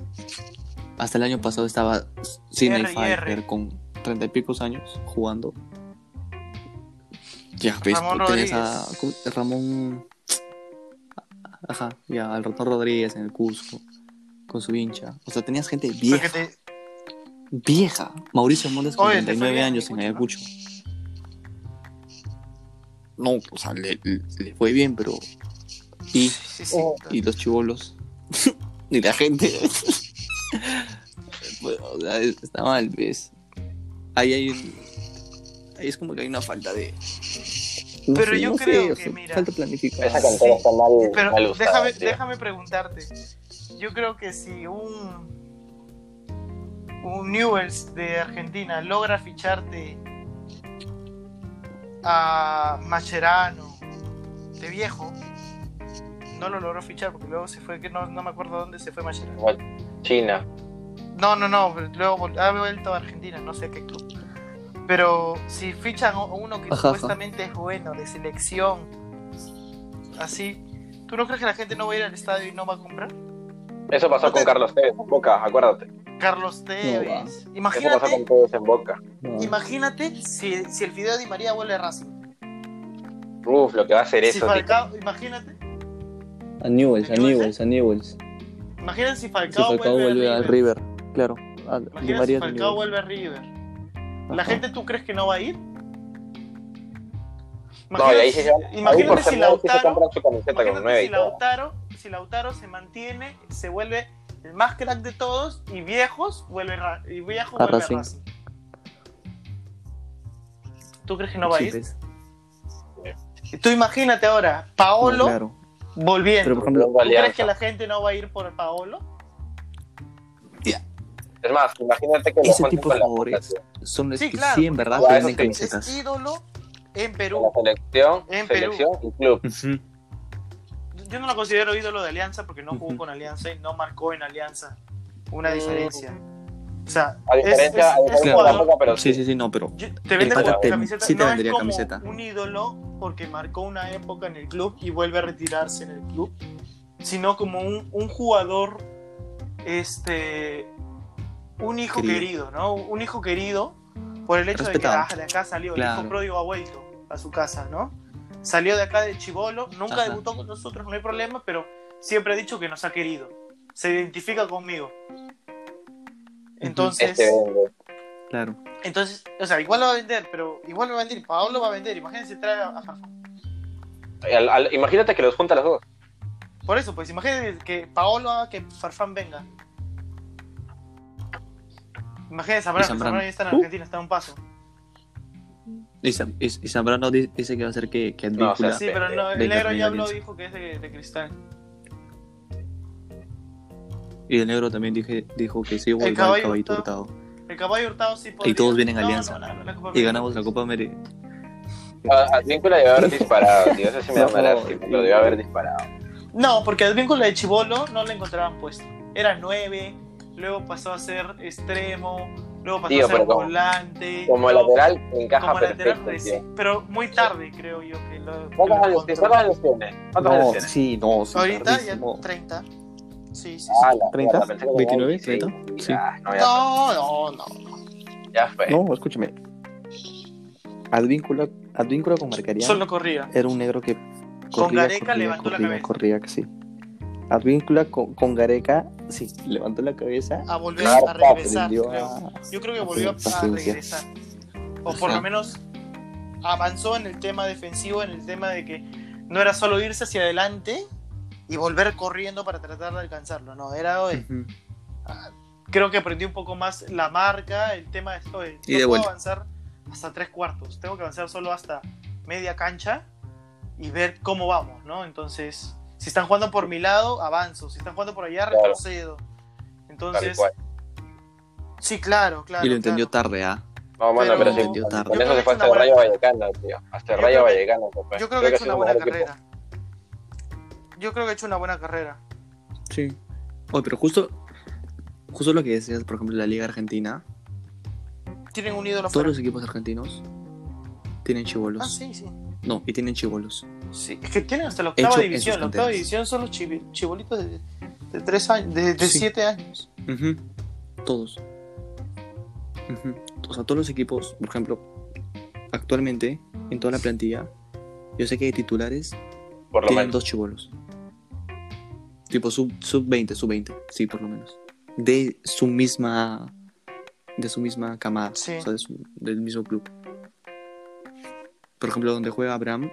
Hasta el año pasado estaba Sidney R y R. Pfeiffer con treinta y picos años jugando. Ya, pues, Ramón tenías a Rodríguez. ¿cómo? Ramón. Ajá, ya, al Ramón Rodríguez en el Cusco, con su hincha. O sea, tenías gente vieja, porque te- vieja. Mauricio Montes con Oye, te 39 sabías años en Ayacucho, Ayacucho. No, o sea, le, le fue bien, pero. Y sí, sí, y los chivolos. *laughs* y la gente. *laughs* Bueno, o sea, es- está mal, ¿ves? Ahí hay. un- Ahí es como que hay una falta de. no Pero yo creo o que, sea, mira, Falta Esa planificada. can- cantera está mal, Pero mal usada, déjame, tío. déjame preguntarte. Yo creo que si un un Newells de Argentina logra ficharte a Mascherano de viejo, no lo logró fichar porque luego se fue, que no, no me acuerdo dónde se fue Mascherano. China. No, no, no, luego vol- ha vuelto a Argentina, no sé a qué club. Pero si fichan a uno que Ajá, ajá. supuestamente es bueno, de selección, así, ¿tú no crees que la gente no va a ir al estadio y no va a comprar? Eso pasó con Carlos Tevez en Boca, acuérdate. Carlos Tevez. Eso pasó imagínate, con Tevez en Boca. imagínate si, si el video de Di María vuelve a Racing. Uf, lo que va a hacer Si eso, tío. Falcao, imagínate, A Newells, a Newell's, a Newells. imagínate si Falcao, vuelve, a River. Claro. A Imagínate si Falcao vuelve a River. ¿La gente tú crees que no va a ir? No, y ahí sí se Imagínate- imagínate si Fernández sí se Lautaro compran su camiseta con Imagínate 9 si y todo. Lautaro, si Lautaro se mantiene, se vuelve el más crack de todos y viejos vuelve ra- y viejo A vuelve Racing. a Racing. ¿Tú crees que no va a ir? Tú imagínate ahora, Paolo claro. Pero volviendo. por ejemplo, ¿Tú crees que Alianza. la gente no va a ir por Paolo? Es más, imagínate que lo ese junten tipo de con la- jugadores son los Sí, que claro, sí en verdad porque te Paolo venden es- Es camisetas. ídolo en con Perú. la selección, En Perú. selección y club. Ujú. Yo no lo considero ídolo de Alianza porque no jugó Ujú. con Alianza y no marcó en Alianza una Mm. diferencia. O sea, A es- diferencia, a es- es diferencia de la jugador Boca, pero Sí, sí, sí, no, pero Yo- Te venden pata como te- camiseta. sí te no es vendría como camiseta. Un ídolo porque marcó una época en el club y vuelve a retirarse en el club, sino como un, un jugador, este, un hijo Querido. querido. ¿no? Un hijo querido por el hecho de Respetado. que ah, de acá salió, el Claro. hijo pródigo ha vuelto a su casa, ¿no? Salió de acá de Chivolo, nunca Ajá. debutó con nosotros, no hay problema, pero siempre ha dicho que nos ha querido. Se identifica conmigo. Entonces, este vende. claro. entonces, o sea, igual lo va a vender, pero igual lo va a vender. Paolo va a vender, imagínense trae a, a Farfán. Al- al- imagínate que los junta los dos. Por eso, pues imagínense que Paolo haga que Farfán venga. Imagínense Zambrano, Y Zambrano. Zambrano ya está en Uh. Argentina, está a un paso. Y Sam- y- y Zambrano di- dice que va a hacer que, que No, o sea, Advíncula- Sí, pero no, el Venga, negro venga, ya habló, Alianza. dijo que es de, de cristal. Y el negro también dije, dijo que sí, igual caballo el caballito Hurtado. hurtado. El caballo hurtado sí podría. Y todos vienen a No, no, Alianza. no, la Copa Y América. ganamos la Copa América. A- Advíncula debe haber disparado, tío. Eso sí me da *laughs* una No, lástima. Lo debe haber disparado. No, porque al vínculo de Chibolo no le encontraban puesto. Era 9, luego pasó a ser extremo, luego pasó Tío, a ser pero como- volante. Como luego- lateral, encaja como lateral, perfecto, pues, tío. sí, pero muy tarde creo yo que lo, que lo ¿Cuántos años tiene? encontró. ¿Cuántos años tiene? ¿Cuántos años tiene? sí, no, sí. Ahorita ya tardísimo. 30. Sí, sí, sí. Ah, la 30, mierda, pensé que tenía 29, 26. 30, Ya, no, ya, No, no, no. ya fue. No, escúchame. Advíncula, Advíncula con Marcaría Solo corría. era un negro que Con Gareca levantó la corría, cabeza. corría, sí. Advíncula con, con Gareca, sí, levantó la cabeza. A volver Claro, a regresar, aprendió creo. a- Yo creo que volvió a Paciencia. regresar. O por Ajá. lo menos avanzó en el tema defensivo, en el tema de que no era solo irse hacia adelante y volver corriendo para tratar de alcanzarlo. No, era eh, hoy. Ujú. creo que aprendí un poco más la marca, el tema de esto de no Y de puedo vuelta. avanzar hasta tres cuartos, tengo que avanzar solo hasta media cancha y ver cómo vamos, ¿no? Entonces, si están jugando por mi lado, avanzo, si están jugando por allá, Claro. retrocedo. Tal Entonces, cual. sí, claro, claro. y lo entendió claro. tarde, ¿ah? No, mano, pero- pero, sí, Entendió tarde. Con Yo creo eso que se fue es una hasta el buena- Rayo Vallecano, tío. Hasta el Yo Rayo creo que- Vallecano, pues. papá. Yo creo que ha hecho es una un buena mejor equipo. carrera. Yo creo que ha hecho una buena carrera. Sí. Oh, pero justo, justo lo que decías, por ejemplo, la Liga Argentina, Tienen un ídolo todos fuera. los equipos argentinos tienen chivolos. Ah, sí, sí. No, y tienen chivolos. Sí, es que tienen hasta la Hecho octava en división. sus La octava canteras. división son los chivi- chibolitos de, de tres años, de, de Sí. siete años. Ujú, Todos. Ujú. O sea, todos los equipos, por ejemplo, actualmente, en toda la plantilla, yo sé que hay titulares por lo tienen menos. dos chivolos. Tipo sub, sub 20, sub 20, sí, por lo menos. De su misma de su misma camada, Sí. o sea, de su- del mismo club. Por ejemplo, donde juega Abraham,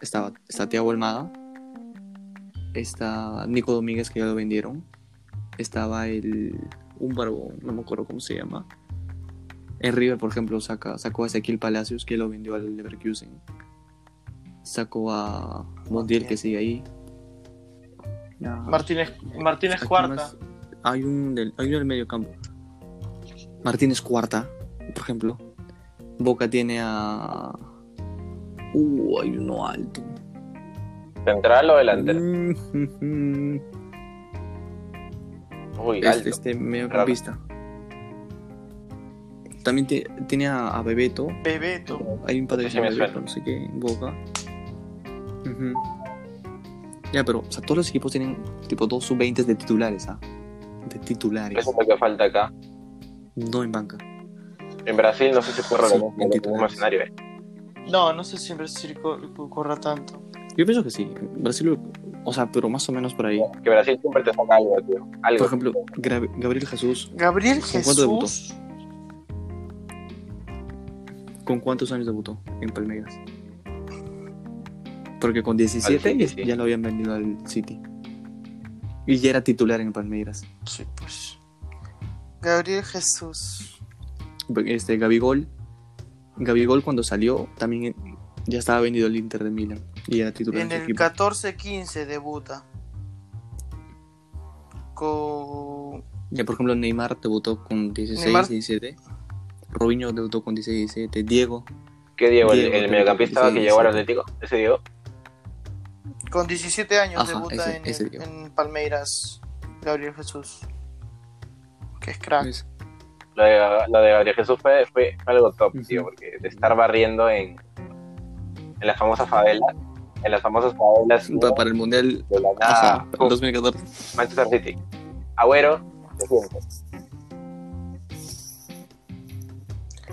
estaba está Thiago Almada, está Nico Domínguez que ya lo vendieron, estaba el un barbón, no me acuerdo cómo se llama. En River, por ejemplo, saca, sacó a Ezequiel Palacios que lo vendió al Leverkusen. Sacó a Montiel que sigue ahí. Martínez, Martínez Aquí cuarta. más Hay un del, hay uno del medio campo. Martínez Cuarta, por ejemplo. Boca tiene a. Uh, hay uno alto. ¿Central o delantero? *laughs* Mm, Uy, alto. este, este mediocampista. También te- tiene a, a Bebeto. Bebeto. Hay un padre que se Ese me llama Bebeto, no suena. sé qué, en Boca. Ujú. Ya, pero, o sea, todos los equipos tienen tipo dos sub-20 de titulares, ¿ah? De titulares. Eso es lo que falta acá. Pues, No en banca. En Brasil no sé si ocurre Sí, lo mismo, en lo titulares. mismo escenario. ¿eh? No, no sé si en Brasil co- corra tanto. Yo pienso que sí. Brasil, o sea, pero más o menos por ahí. Que Brasil siempre te saca algo, tío. Algo. Por ejemplo, Gra- Gabriel Jesús, Gabriel ¿Con cuánto debutó? Jesús. ¿con cuántos años debutó en Palmeiras? Porque con 17 Al City, sí. ya lo habían vendido al City. Y ya era titular en Palmeiras. Sí, pues. Gabriel Jesús. Este, Gabigol, Gabigol cuando salió también ya estaba vendido al Inter de Milán. Y era titular en, En su el este equipo. 14-15 debuta. Con. Ya, por ejemplo, Neymar debutó con 16, Neymar. 17. Robinho debutó con 16, 17. Diego, ¿Qué Diego? Diego, el, el creo mediocampista que sí, que llegó al sí. Atlético. Ese Diego. Con 17 años Ajá, debuta ese- en, ese el- Diego. en Palmeiras Gabriel Jesús. Que es Ah. crack. es- Lo de, lo de Gabriel Jesús fue, fue algo top, Ujú. tío, porque de estar barriendo en, en las famosas favelas, en las famosas favelas pa- para el Mundial de la Ajá, nada, el 2014. Manchester City. Agüero, lo siento.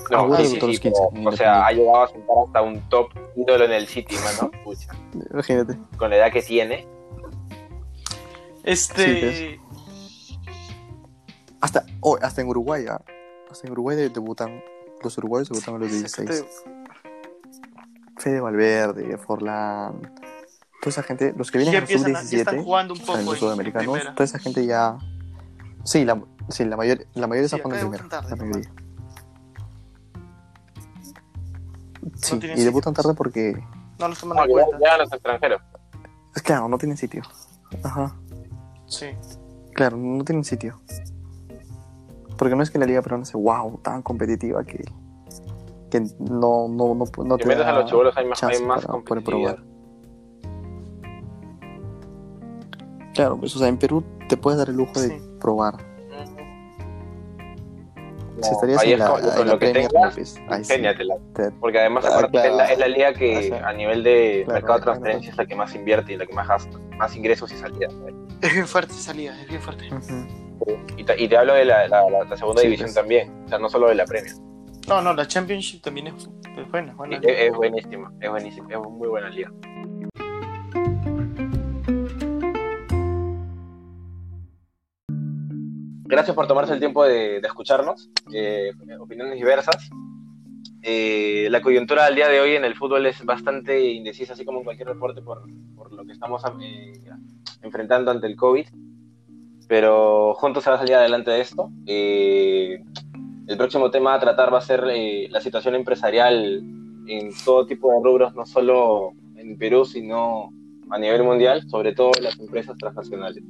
No, Agüero sí, debutó a sí, los sí, pero, 15, o sea, ha llegado a sentar hasta un top ídolo en el City, mano. Pucha, Imagínate. con la edad que tiene. Este. Hasta, oh, hasta en Uruguay, ah. hasta en Uruguay de- debutan, los uruguayos debutan a los 16. Fede Valverde, Forlán, toda esa gente, los que ya, vienen a empiezan a- ya están sub-17, jugando un poco. en los en sudamericanos, primera. toda esa gente ya... Sí, la, sí, la, mayor, la mayoría Sí, se pone acá primero, debutan tarde, la mayoría. Sí, tienen y sitio. debutan tarde porque, No los toman No, en cuenta. llegan los extranjeros. claro, no tienen sitio. Ajá. Sí. Claro, no tienen sitio. Porque no es que la liga peruana sea wow, tan competitiva que, que no, no, no, no Si te metes da a los chibolos hay más, chance hay más para poder competitividad. probar. Claro, pues o sea, en Perú te puedes dar el lujo de Sí. probar. No, si estarías en ahí es la, con, en con la lo que Premier, tengas, pues, ahí sí ingéniatela. te- Porque además Ah, aparte, claro. es, la, es la liga O que sea, a nivel de claro, mercado de claro. transferencias es la que más invierte y la que más gasta, más ingresos y salidas. ¿no? Es bien fuerte salida, es bien fuerte. Ujú. Y te, y te hablo de la, la- la- la segunda Sí, división pues. también, o sea, no solo de la Premier. No, no, la Championship también es, es buena. buena. Es, es buenísima, es buenísima, es muy buena liga. Gracias por tomarse el tiempo de, de escucharnos, eh, opiniones diversas. Eh, la coyuntura del día de hoy en el fútbol es bastante indecisa, así como en cualquier deporte, por, por lo que estamos eh, enfrentando ante el COVID. Pero juntos se va a salir adelante de esto. Eh, el próximo tema a tratar va a ser eh, la situación empresarial en todo tipo de rubros, no solo en Perú, sino a nivel mundial, sobre todo las empresas transnacionales.